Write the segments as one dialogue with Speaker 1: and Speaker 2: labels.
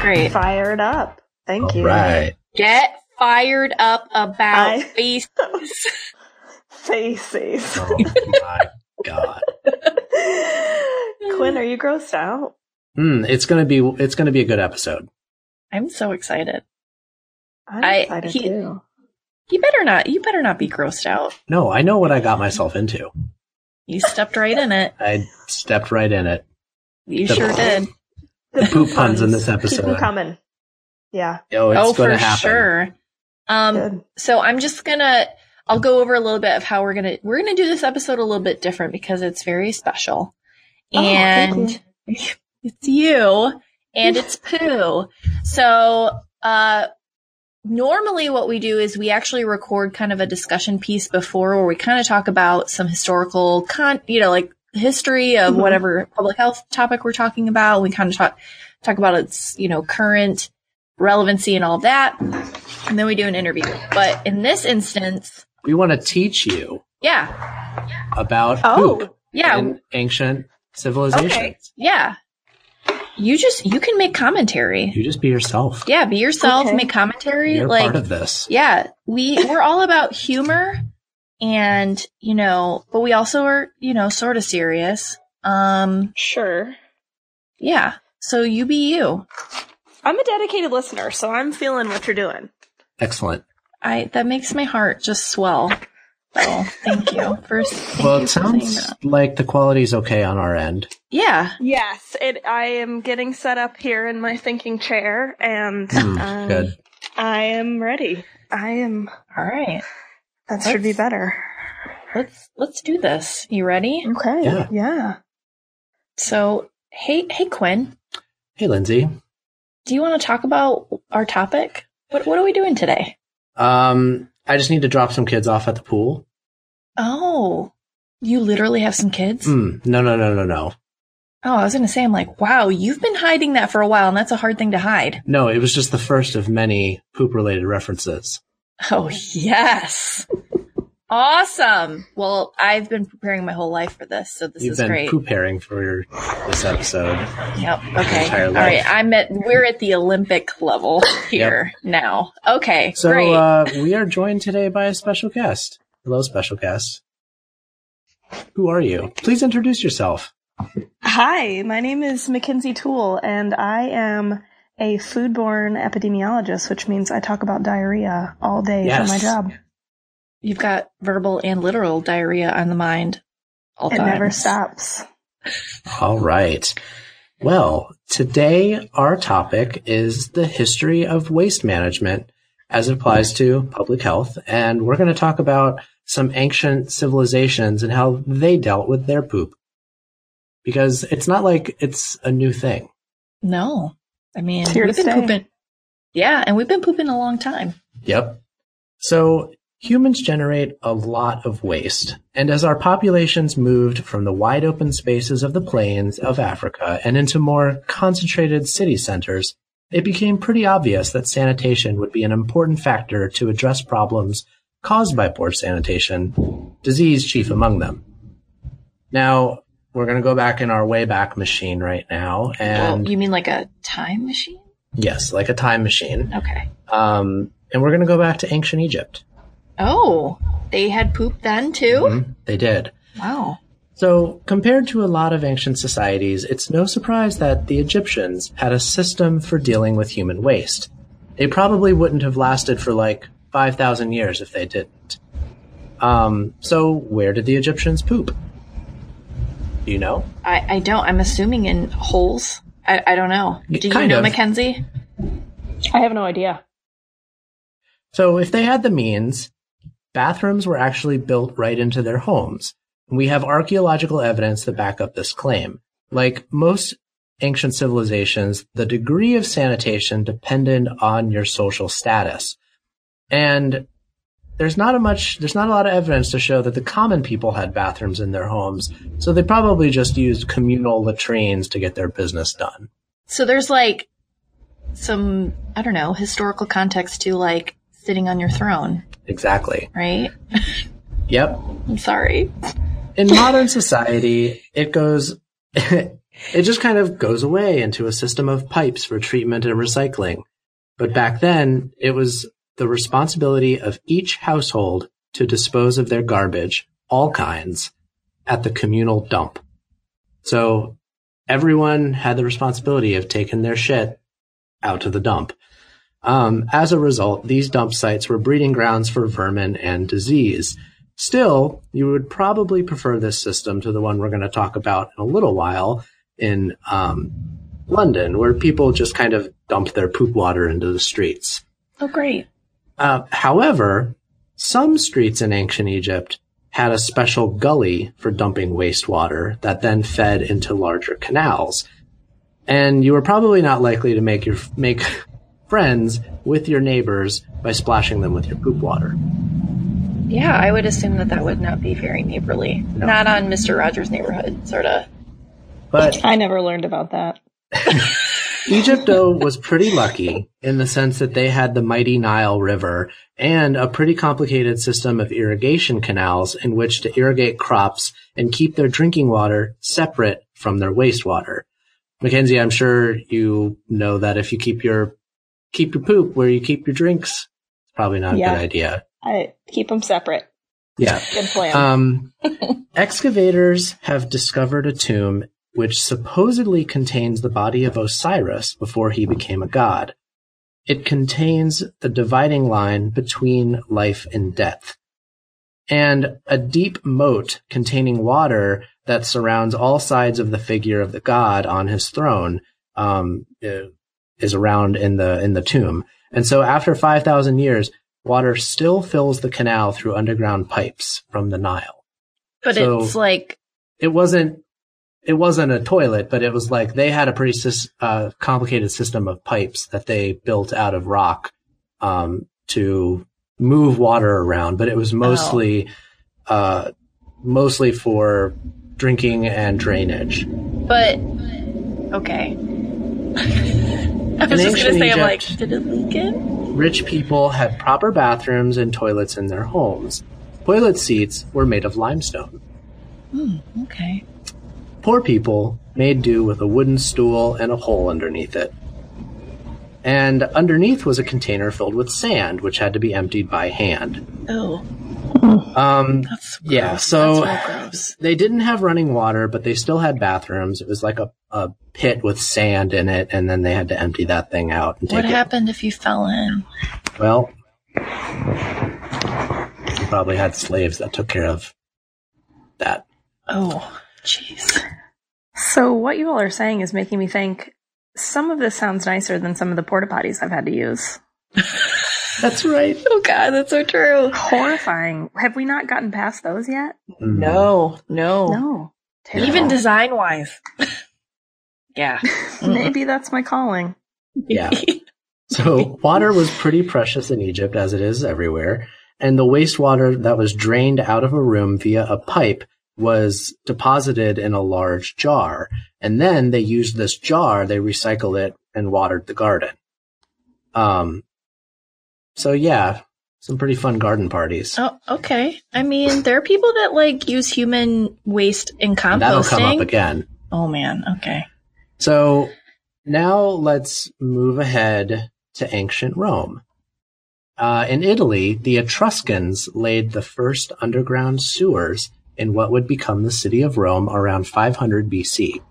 Speaker 1: Great.
Speaker 2: Fired up. Thank you.
Speaker 3: Right.
Speaker 1: Get fired up about
Speaker 2: I-
Speaker 1: faces.
Speaker 2: Faces.
Speaker 3: Oh my god. Oh.
Speaker 2: Quinn, are you grossed out?
Speaker 3: Mm, it's gonna be it's gonna be a good episode.
Speaker 4: I'm so excited.
Speaker 2: I'm
Speaker 4: I-
Speaker 2: excited
Speaker 4: he-
Speaker 2: too.
Speaker 4: You better not. You better not be grossed out.
Speaker 3: No, I know what I got myself into.
Speaker 4: You stepped right in it.
Speaker 3: I stepped right in it.
Speaker 4: You
Speaker 3: The-
Speaker 4: sure did.
Speaker 2: The
Speaker 3: Poop puns in this
Speaker 2: Keep
Speaker 3: episode.
Speaker 2: them coming. Yeah.
Speaker 3: Oh, it's
Speaker 4: oh,
Speaker 3: gonna
Speaker 4: for
Speaker 3: happen.
Speaker 4: sure. Um,
Speaker 2: Good.
Speaker 4: so I'm just gonna. I'll go over a little bit of how we're gonna. We're gonna do this episode a little bit different because it's very special,
Speaker 2: Oh, thank
Speaker 4: and it's you and it's poo. So, uh, normally what we do is we actually record kind of a discussion piece before where we kind of talk about some historical con, you know, like history of
Speaker 2: Mhm.
Speaker 4: whatever public health topic we're talking about. We kind of talk, talk about its, you know, current relevancy and all of that. And then we do an interview. But in this instance,
Speaker 3: We want to teach you
Speaker 4: yeah,
Speaker 3: about
Speaker 2: Oh.
Speaker 3: poop
Speaker 4: yeah,
Speaker 3: in ancient civilizations.
Speaker 4: yeah. You just, you can make commentary.
Speaker 3: You just be yourself.
Speaker 4: Yeah, be yourself,
Speaker 2: Okay.
Speaker 4: make commentary.
Speaker 3: You're
Speaker 4: like,
Speaker 3: part of this.
Speaker 4: yeah we we're all about humor and you know but we also are you know sort of serious um
Speaker 2: Sure.
Speaker 4: yeah so you be you
Speaker 2: I'm a dedicated listener, so I'm feeling what you're doing.
Speaker 3: Excellent.
Speaker 4: i that makes my heart just swell so thank you for thank
Speaker 3: well,
Speaker 4: you
Speaker 3: it
Speaker 4: for saying
Speaker 3: sounds
Speaker 4: that.
Speaker 3: like the quality's okay on our end.
Speaker 4: yeah
Speaker 2: Yes, it. I am getting set up here in my thinking chair, and
Speaker 3: Hmm,
Speaker 2: um,
Speaker 3: good.
Speaker 2: I am ready. I am.
Speaker 4: all right
Speaker 2: That should be
Speaker 4: Let's-
Speaker 2: better.
Speaker 4: let's let's do this you ready
Speaker 2: Okay.
Speaker 3: Yeah.
Speaker 4: so hey hey quinn
Speaker 3: Hey, Lindsay.
Speaker 4: do you want to talk about our topic what what are we doing today
Speaker 3: Um, I just need to drop some kids off at the pool.
Speaker 4: oh you literally have some kids
Speaker 3: Mm, no, no, no, no, no.
Speaker 4: Oh, I was going to say, I'm like, wow, you've been hiding that for a while, and that's a hard thing to hide.
Speaker 3: No, it was just the first of many poop related references.
Speaker 4: Oh, yes. awesome. Well, I've been preparing my whole life for this, so this
Speaker 3: You've
Speaker 4: is
Speaker 3: been
Speaker 4: great.
Speaker 3: poop pairing for your, this episode.
Speaker 4: Yep. Okay.
Speaker 3: entire
Speaker 4: All
Speaker 3: life.
Speaker 4: right. I'm at, we're at the Olympic level here now. Okay.
Speaker 3: So
Speaker 4: great.
Speaker 3: uh, we are joined today by a special guest. Hello, special guest. Who are you? Please introduce yourself.
Speaker 2: Hi, my name is Mackenzie Toole, and I am a foodborne epidemiologist, which means I talk about diarrhea all day
Speaker 3: Yes.
Speaker 2: for my job.
Speaker 4: You've got verbal and literal diarrhea on the mind all
Speaker 2: It
Speaker 4: times.
Speaker 2: never stops.
Speaker 3: All right. Well, today our topic is the history of waste management as it applies to public health. And we're going to talk about some ancient civilizations and how they dealt with their poop. Because it's not like it's a new thing.
Speaker 4: No. I mean,
Speaker 2: Here to
Speaker 4: we've been
Speaker 2: stay.
Speaker 4: pooping. Yeah. And we've been pooping a long time.
Speaker 3: Yep. So humans generate a lot of waste. And as our populations moved from the wide open spaces of the plains of Africa and into more concentrated city centers, it became pretty obvious that sanitation would be an important factor to address problems caused by poor sanitation, disease chief among them. Now, we're going to go back in our Wayback Machine right now. And
Speaker 4: well, you mean like a time machine?
Speaker 3: yes, like a time machine.
Speaker 4: Okay.
Speaker 3: Um, and we're going to go back to ancient Egypt.
Speaker 4: Oh, they had poop then too?
Speaker 3: Mhm, They did.
Speaker 4: Wow.
Speaker 3: So, compared to a lot of ancient societies, it's no surprise that the Egyptians had a system for dealing with human waste. They probably wouldn't have lasted for like 5,000 years if they didn't. Um, so, where did the Egyptians poop? Do you know?
Speaker 4: I, I don't. I'm assuming in holes. I, I don't know.
Speaker 3: Y-
Speaker 4: Do you
Speaker 3: kind
Speaker 4: know,
Speaker 3: of.
Speaker 4: Mackenzie?
Speaker 2: I have no idea.
Speaker 3: So, if they had the means, bathrooms were actually built right into their homes. We have archaeological evidence that back up this claim. Like most ancient civilizations, the degree of sanitation depended on your social status. And there's not a much, there's not a lot of evidence to show that the common people had bathrooms in their homes. So they probably just used communal latrines to get their business done.
Speaker 4: So there's like some, I don't know, historical context to like sitting on your throne,
Speaker 3: Exactly.
Speaker 4: right?
Speaker 3: Yep.
Speaker 4: I'm sorry.
Speaker 3: in modern society, it goes It just kind of goes away into a system of pipes for treatment and recycling. But back then, it was the responsibility of each household to dispose of their garbage, all kinds, at the communal dump. So everyone had the responsibility of taking their shit out to the dump. Um, as a result, these dump sites were breeding grounds for vermin and disease. Still, you would probably prefer this system to the one we're going to talk about in a little while in um, London, where people just kind of dump their poop water into the streets.
Speaker 4: Oh, great.
Speaker 3: Uh, however, some streets in ancient Egypt had a special gully for dumping wastewater that then fed into larger canals. And you were probably not likely to make your make friends with your neighbors by splashing them with your poop water.
Speaker 4: Yeah, I would assume that that would not be very neighborly. Not on Mr. Rogers' neighborhood, sort of.
Speaker 3: But
Speaker 2: I never learned about that.
Speaker 3: Egypt, though, was pretty lucky in the sense that they had the mighty Nile River and a pretty complicated system of irrigation canals in which to irrigate crops and keep their drinking water separate from their wastewater. Mackenzie, I'm sure you know that if you keep your keep your poop where you keep your drinks, it's probably not a
Speaker 2: Yeah.
Speaker 3: good idea.
Speaker 2: I keep them separate.
Speaker 3: Yeah.
Speaker 2: Good plan.
Speaker 4: Uh,
Speaker 3: Um, excavators have discovered a tomb which supposedly contains the body of Osiris before he became a god. It contains the dividing line between life and death. And a deep moat containing water that surrounds all sides of the figure of the god on his throne um, eh, is around in the in the tomb. And so, after five thousand years, water still fills the canal through underground pipes from the Nile.
Speaker 4: But
Speaker 3: So-
Speaker 4: it's like,
Speaker 3: It wasn't it wasn't a toilet, but it was like they had a pretty sys- uh, complicated system of pipes that they built out of rock um, to move water around. But it was mostly uh, mostly for drinking and drainage.
Speaker 4: but, okay. I was just going to
Speaker 3: ancient
Speaker 4: say, I'm like,
Speaker 3: Egypt-
Speaker 4: did it leak in?
Speaker 3: rich people had proper bathrooms and toilets in their homes. Toilet seats were made of limestone.
Speaker 4: Okay.
Speaker 3: Poor people made do with a wooden stool and a hole underneath it. And underneath was a container filled with sand, which had to be emptied by hand.
Speaker 4: Oh,
Speaker 3: Um,
Speaker 4: that's gross.
Speaker 3: yeah, so
Speaker 4: That's real gross.
Speaker 3: they didn't have running water, but they still had bathrooms. It was like a, a pit with sand in it, and then they had to empty that thing out and take
Speaker 4: What
Speaker 3: it
Speaker 4: happened if you fell in?
Speaker 3: Well, you probably had slaves that took care of that.
Speaker 4: Oh, jeez.
Speaker 2: so what you all are saying is making me think some of this sounds nicer than some of the porta potties I've had to use.
Speaker 3: That's right.
Speaker 4: Oh, God, that's so true.
Speaker 2: Horrifying. Have we not gotten past those yet?
Speaker 4: No, no.
Speaker 2: No. Terrible.
Speaker 4: Even design wise. yeah.
Speaker 2: maybe that's my calling.
Speaker 3: Yeah. So water was pretty precious in Egypt, as it is everywhere. And the wastewater that was drained out of a room via a pipe was deposited in a large jar. And then they used this jar, they recycled it and watered the garden. Um, so yeah, some pretty fun garden parties.
Speaker 4: Oh, okay. I mean, there are people that like use human waste in
Speaker 3: And that'll come up
Speaker 4: composting.
Speaker 3: again.
Speaker 4: Oh man. Okay.
Speaker 3: So now let's move ahead to ancient Rome. Uh, in Italy, the Etruscans laid the first underground sewers in what would become the city of Rome around 500 BC.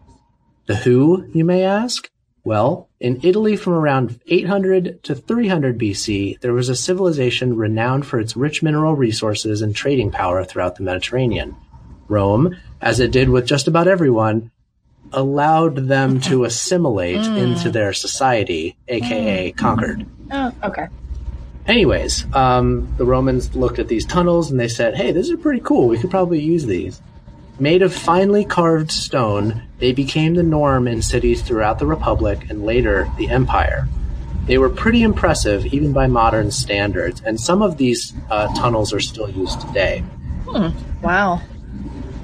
Speaker 3: The who, you may ask? Well, in Italy from around 800 to 300 BC, there was a civilization renowned for its rich mineral resources and trading power throughout the Mediterranean. Rome, as it did with just about everyone, allowed them to assimilate into their society, aka conquered.
Speaker 4: Oh, okay.
Speaker 3: Anyways, um, the Romans looked at these tunnels and they said, hey, this is pretty cool. We could probably use these. Made of finely carved stone, they became the norm in cities throughout the Republic and later the Empire. They were pretty impressive, even by modern standards, and some of these uh, tunnels are still used today.
Speaker 4: Wow.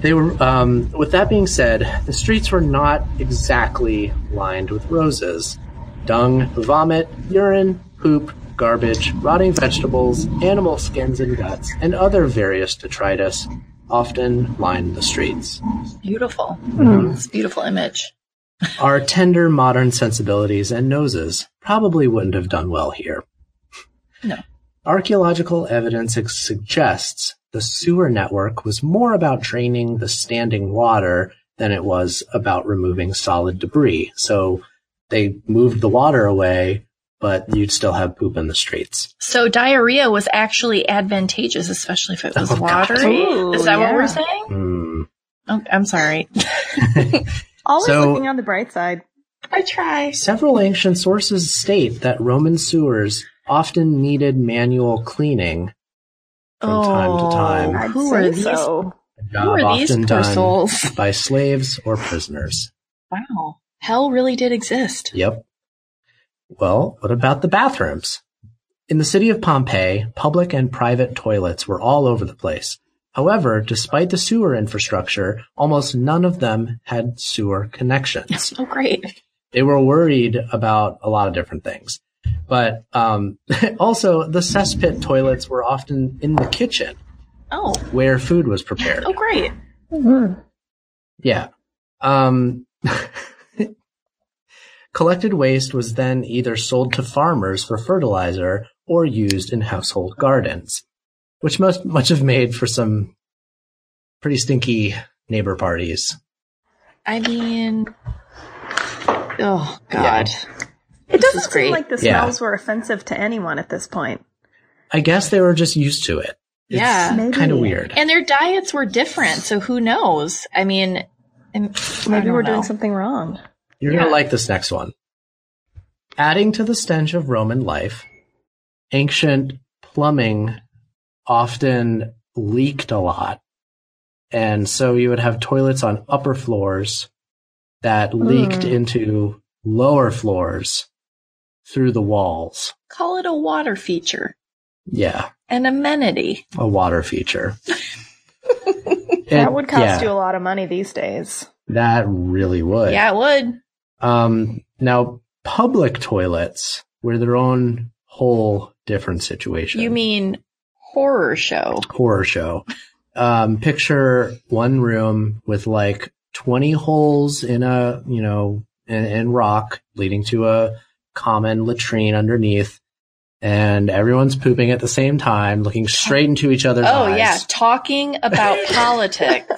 Speaker 3: They were. Um, with that being said, the streets were not exactly lined with roses. Dung, vomit, urine, poop, garbage, rotting vegetables, animal skins and guts, and other various detritus often lined the streets. Mm-hmm.
Speaker 4: Beautiful. It's a beautiful image.
Speaker 3: Our tender modern sensibilities and noses probably wouldn't have done well here.
Speaker 4: No.
Speaker 3: Archaeological evidence ex- suggests the sewer network was more about draining the standing water than it was about removing solid debris. So they moved the water away, but you'd still have poop in the streets.
Speaker 4: So diarrhea was actually advantageous, especially if it was
Speaker 3: Oh, God.
Speaker 4: watery.
Speaker 2: Ooh,
Speaker 4: Is that what
Speaker 2: yeah.
Speaker 4: we're saying?
Speaker 3: Hmm.
Speaker 4: Oh, I'm sorry.
Speaker 2: Always
Speaker 3: So-
Speaker 2: looking on the bright side.
Speaker 4: I try.
Speaker 3: Several ancient sources state that Roman sewers often needed manual cleaning from time to time.
Speaker 2: I'd
Speaker 4: Who
Speaker 2: say
Speaker 4: are these?
Speaker 2: so.
Speaker 4: Who
Speaker 3: job
Speaker 4: are these
Speaker 3: often
Speaker 4: poor
Speaker 3: done
Speaker 4: souls?
Speaker 3: by slaves or prisoners.
Speaker 4: Wow, hell really did exist.
Speaker 3: Yep. Well, what about the bathrooms? In the city of Pompeii, public and private toilets were all over the place. However, despite the sewer infrastructure, almost none of them had sewer connections.
Speaker 4: Oh, great.
Speaker 3: They were worried about a lot of different things. But um, also, the cesspit toilets were often in the kitchen
Speaker 4: Oh,
Speaker 3: where food was prepared.
Speaker 4: oh, great.
Speaker 3: Yeah. Um, collected waste was then either sold to farmers for fertilizer or used in household gardens, which must much have made for some pretty stinky neighbor parties.
Speaker 4: I mean, oh
Speaker 3: Yeah.
Speaker 4: God.
Speaker 2: It
Speaker 4: This
Speaker 2: doesn't
Speaker 4: is
Speaker 2: seem
Speaker 4: great.
Speaker 2: like the
Speaker 3: Yeah.
Speaker 2: smells were offensive to anyone at this point.
Speaker 3: I guess they were just used to it. It's
Speaker 4: Yeah.
Speaker 2: Maybe.
Speaker 3: kind of weird.
Speaker 4: And their diets were different, so who knows? I mean, and- I
Speaker 2: Maybe
Speaker 4: don't
Speaker 2: we're
Speaker 4: know.
Speaker 2: doing something wrong.
Speaker 3: You're
Speaker 4: Yeah.
Speaker 3: going to like this next one. Adding to the stench of Roman life, ancient plumbing often leaked a lot. And so you would have toilets on upper floors that leaked
Speaker 2: Hmm.
Speaker 3: into lower floors through the walls.
Speaker 4: Call it a water feature,
Speaker 3: Yeah,
Speaker 4: an amenity.
Speaker 3: a water feature.
Speaker 2: that would cost you a lot of money these days.
Speaker 3: That really would.
Speaker 4: Yeah, it would.
Speaker 3: Um, now, public toilets were their own whole different situation.
Speaker 4: You mean horror show?
Speaker 3: horror show? Um, picture one room with like 20 holes in a, you know, in, in rock leading to a common latrine underneath. And everyone's pooping at the same time, looking straight into each other's
Speaker 4: Oh
Speaker 3: eyes.
Speaker 4: yeah, talking about politics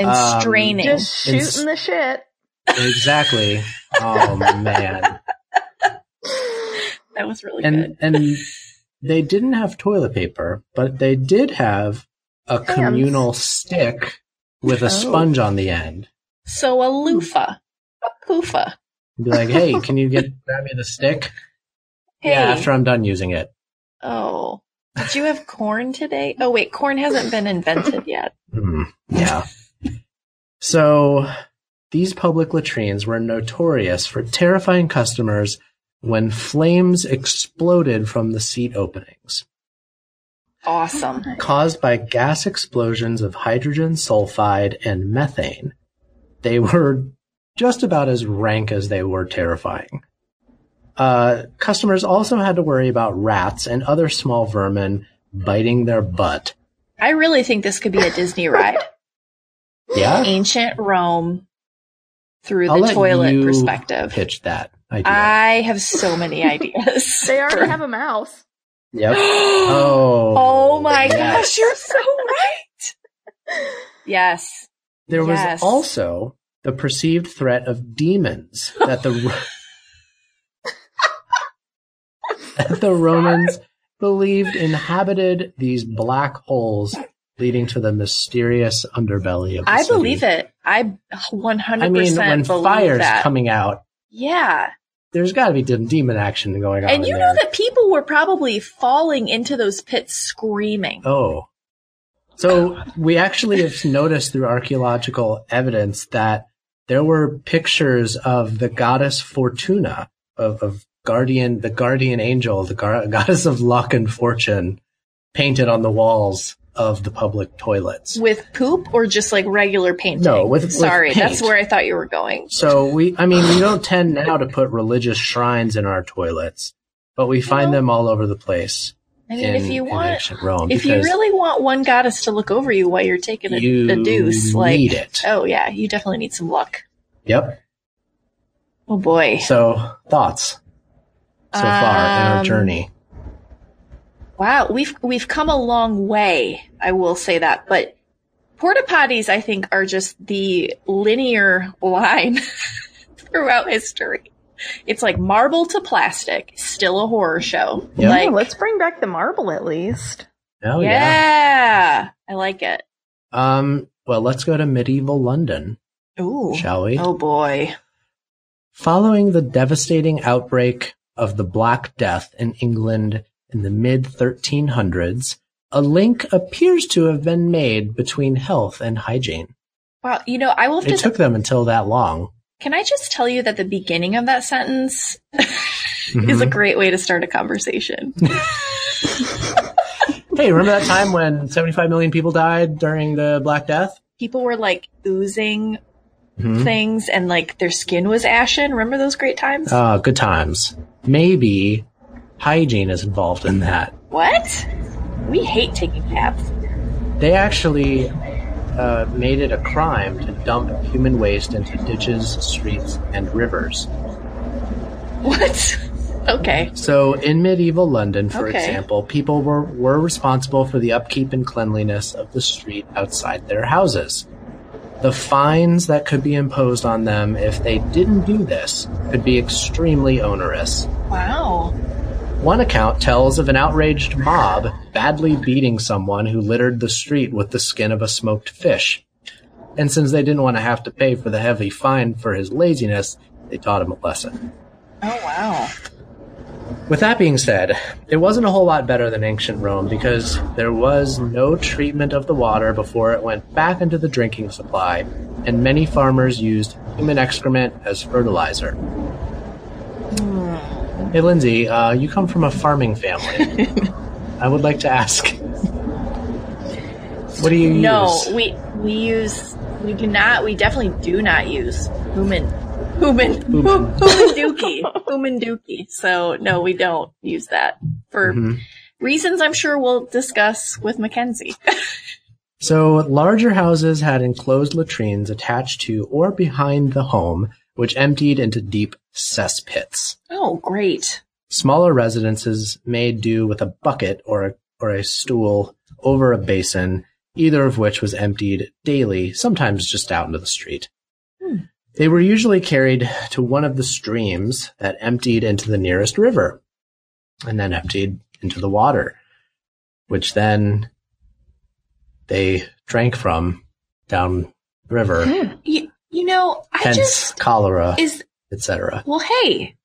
Speaker 4: and
Speaker 3: Um,
Speaker 4: straining.
Speaker 2: Just shooting
Speaker 3: It's-
Speaker 2: the shit.
Speaker 3: Exactly. oh, man.
Speaker 4: that was really
Speaker 3: and and they didn't have toilet paper, but they did have a communal stick with
Speaker 4: Oh.
Speaker 3: a sponge on the end.
Speaker 4: So a loofah, a poofa.
Speaker 3: Be like, hey, can you get grab me the stick?
Speaker 4: Hey,
Speaker 3: Yeah, after I'm done using it.
Speaker 4: oh, did you have corn today? Oh wait, corn hasn't been invented yet.
Speaker 3: Hmm, yeah. so these public latrines were notorious for terrifying customers when flames exploded from the seat openings.
Speaker 4: Awesome.
Speaker 3: caused by gas explosions of hydrogen sulfide and methane. They were just about as rank as they were terrifying. Uh, customers also had to worry about rats and other small vermin biting their butt.
Speaker 4: I really think this could be a Disney ride.
Speaker 3: Yeah,
Speaker 4: Ancient Rome through
Speaker 3: I'll
Speaker 4: the
Speaker 3: let
Speaker 4: toilet
Speaker 3: you
Speaker 4: perspective.
Speaker 3: pitch that idea.
Speaker 4: I have so many ideas.
Speaker 2: They already have a mouse.
Speaker 3: yep.
Speaker 4: oh,
Speaker 3: Oh,
Speaker 4: my
Speaker 3: yes.
Speaker 4: gosh, you're so right. Yes.
Speaker 3: There was
Speaker 4: Yes.
Speaker 3: also the perceived threat of demons that the that the Romans believed inhabited these black holes leading to the mysterious underbelly of the
Speaker 4: I
Speaker 3: city.
Speaker 4: believe it. I 100%
Speaker 3: I mean, when
Speaker 4: believe
Speaker 3: fire's
Speaker 4: that.
Speaker 3: coming out,
Speaker 4: yeah.
Speaker 3: there's got to be dem- demon action going on.
Speaker 4: And
Speaker 3: in
Speaker 4: you
Speaker 3: there.
Speaker 4: know that people were probably falling into those pits screaming.
Speaker 3: Oh. So we actually have noticed through archaeological evidence that there were pictures of the goddess Fortuna, of, of guardian, the guardian angel, the gar- goddess of luck and fortune, painted on the walls of the public toilets.
Speaker 4: With poop or just like regular painting?
Speaker 3: No, with- with
Speaker 4: Sorry, that's
Speaker 3: paint.
Speaker 4: where I thought you were going.
Speaker 3: So we, I mean, we don't tend now to put religious shrines in our toilets, but we find them all over the place.
Speaker 4: I mean,
Speaker 3: in,
Speaker 4: if you
Speaker 3: in
Speaker 4: want,
Speaker 3: ancient Rome,
Speaker 4: if you
Speaker 3: because
Speaker 4: really want one goddess to look over you while you're taking a,
Speaker 3: you
Speaker 4: a deuce, like
Speaker 3: need it.
Speaker 4: oh yeah, you definitely need some luck.
Speaker 3: Yep.
Speaker 4: Oh boy.
Speaker 3: So thoughts so far in our
Speaker 4: Um,
Speaker 3: journey.
Speaker 4: Wow, we've we've come a long way. I will say that, but porta potties, I think, are just the linear line throughout history. It's like marble to plastic, still a horror show.
Speaker 3: Yeah.
Speaker 2: Oh,
Speaker 4: Like,
Speaker 2: let's bring back the marble at least.
Speaker 3: Oh
Speaker 4: yeah.
Speaker 3: yeah.
Speaker 4: I like it.
Speaker 3: Um. Well, let's go to medieval London,
Speaker 4: Ooh,
Speaker 3: shall we?
Speaker 4: oh boy.
Speaker 3: Following the devastating outbreak of the Black Death in England in the mid 1300s, a link appears to have been made between health and hygiene.
Speaker 4: Wow, you know, I will have
Speaker 3: It
Speaker 4: to.
Speaker 3: took them until that long.
Speaker 4: can I just tell you that the beginning of that sentence is a
Speaker 3: Mhm.
Speaker 4: great way to start a conversation?
Speaker 3: Hey, remember that time when 75 million people died during the Black Death?
Speaker 4: People were like oozing
Speaker 3: Mhm.
Speaker 4: things and like their skin was ashen. Remember those great times?
Speaker 3: Ah, good times. Maybe hygiene is involved in that.
Speaker 4: what? We hate taking baths.
Speaker 3: They actually uh, made it a crime to dump human waste into ditches, streets, and rivers.
Speaker 4: What? okay.
Speaker 3: So, in medieval London, for
Speaker 4: Okay.
Speaker 3: example, people were, were responsible for the upkeep and cleanliness of the street outside their houses. The fines that could be imposed on them if they didn't do this could be extremely onerous.
Speaker 4: Wow.
Speaker 3: One account tells of an outraged mob badly beating someone who littered the street with the skin of a smoked fish. And since they didn't want to have to pay for the heavy fine for his laziness, they taught him a lesson.
Speaker 4: Oh wow.
Speaker 3: With that being said, it wasn't a whole lot better than ancient Rome because there was no treatment of the water before it went back into the drinking supply, and many farmers used human excrement as fertilizer.
Speaker 4: Hmm.
Speaker 3: Hey, Lindsay, uh, you come from a farming family. I would like to ask. What do you
Speaker 4: No,
Speaker 3: use?
Speaker 4: we we use we do not we definitely do not use human human human dookie human dookie. So no, we don't use that for
Speaker 3: Mhm.
Speaker 4: reasons I'm sure we'll discuss with Mackenzie.
Speaker 3: So, larger houses had enclosed latrines attached to or behind the home, which emptied into deep cesspits.
Speaker 4: oh great.
Speaker 3: Smaller residences may do with a bucket or a, or a stool over a basin, either of which was emptied daily, sometimes just out into the street.
Speaker 4: Hmm.
Speaker 3: They were usually carried to one of the streams that emptied into the nearest river and then emptied into the water, which then they drank from down river,
Speaker 4: You, you know, Hmm, I
Speaker 3: hence
Speaker 4: just
Speaker 3: cholera,
Speaker 4: is
Speaker 3: etc.
Speaker 4: Well, hey.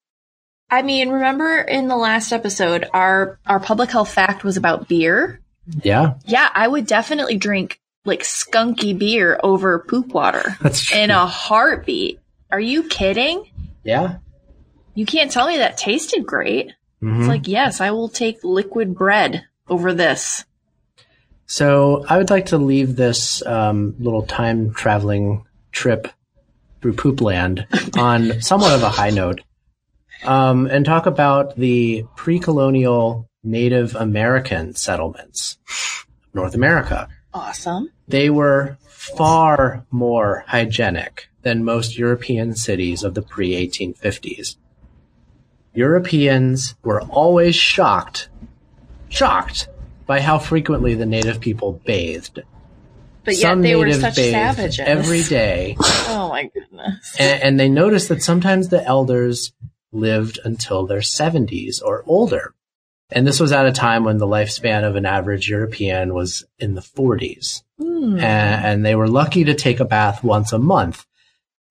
Speaker 4: I mean, remember in the last episode our our public health fact was about beer?
Speaker 3: Yeah,
Speaker 4: Yeah, I would definitely drink like skunky beer over poop water
Speaker 3: that's true.
Speaker 4: in a heartbeat. Are you kidding?
Speaker 3: yeah.
Speaker 4: You can't tell me that tasted great.
Speaker 3: Mhm.
Speaker 4: It's like, yes, I will take liquid bread over this.
Speaker 3: So I would like to leave this um, little time traveling trip through poop land on somewhat of a high note um, and talk about the pre colonial Native American settlements of North America.
Speaker 4: Awesome.
Speaker 3: They were far more hygienic than most European cities of the pre 1850s. Europeans were always shocked, shocked by how frequently the native people bathed.
Speaker 4: But
Speaker 3: Some
Speaker 4: yet they were
Speaker 3: natives
Speaker 4: such
Speaker 3: bathed
Speaker 4: savages.
Speaker 3: every day,
Speaker 4: Oh my goodness.
Speaker 3: and, and they noticed that sometimes the elders lived until their 70s or older. And this was at a time when the lifespan of an average European was in the 40s
Speaker 4: Hmm.
Speaker 3: a- and they were lucky to take a bath once a month.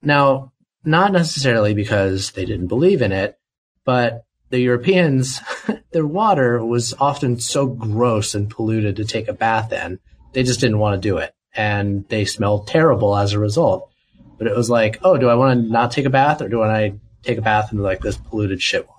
Speaker 3: Now, not necessarily because they didn't believe in it, but the Europeans, their water was often so gross and polluted to take a bath in, they just didn't want to do it. And they smelled terrible as a result. But it was like, oh, do I want to not take a bath or do I take a bath in like this polluted shit water?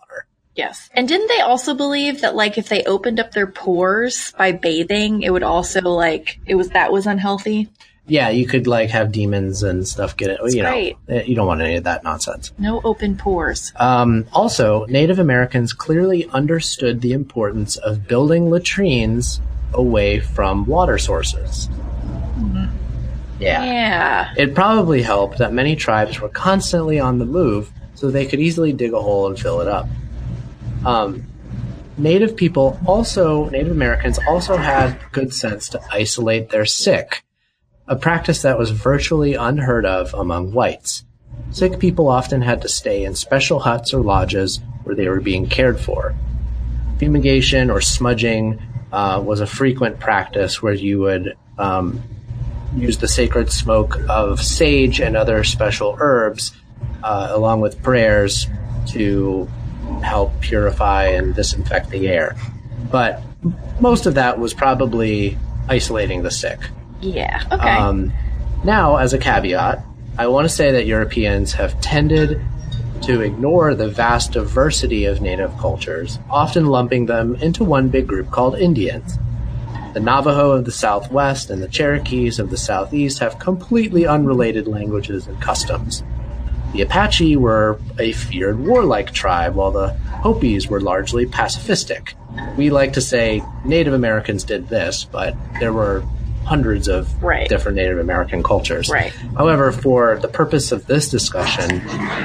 Speaker 4: Yes. And didn't they also believe that like if they opened up their pores by bathing, it would also like it was that was unhealthy?
Speaker 3: Yeah, you could like have demons and stuff get it. you
Speaker 4: great.
Speaker 3: know, eh, you don't want any of that nonsense.
Speaker 4: No open pores.
Speaker 3: Um, also, Native Americans clearly understood the importance of building latrines away from water sources. Yeah.
Speaker 4: Yeah.
Speaker 3: It probably helped that many tribes were constantly on the move, so they could easily dig a hole and fill it up. Um, Native people also, Native Americans also had good sense to isolate their sick, a practice that was virtually unheard of among whites. Sick people often had to stay in special huts or lodges where they were being cared for. Fumigation or smudging uh, was a frequent practice where you would um, use the sacred smoke of sage and other special herbs, uh, along with prayers, to help purify and disinfect the air. But most of that was probably isolating the sick.
Speaker 1: Yeah.
Speaker 4: Okay.
Speaker 3: Um, now, as a caveat, I want to say that Europeans have tended to ignore the vast diversity of native cultures, often lumping them into one big group called Indians. The Navajo of the Southwest and the Cherokees of the Southeast have completely unrelated languages and customs. The Apache were a feared warlike tribe, while the Hopis were largely pacifistic. We like to say Native Americans did this, but there were hundreds of
Speaker 1: Right.
Speaker 3: different Native American cultures.
Speaker 1: Right.
Speaker 3: However, for the purpose of this discussion,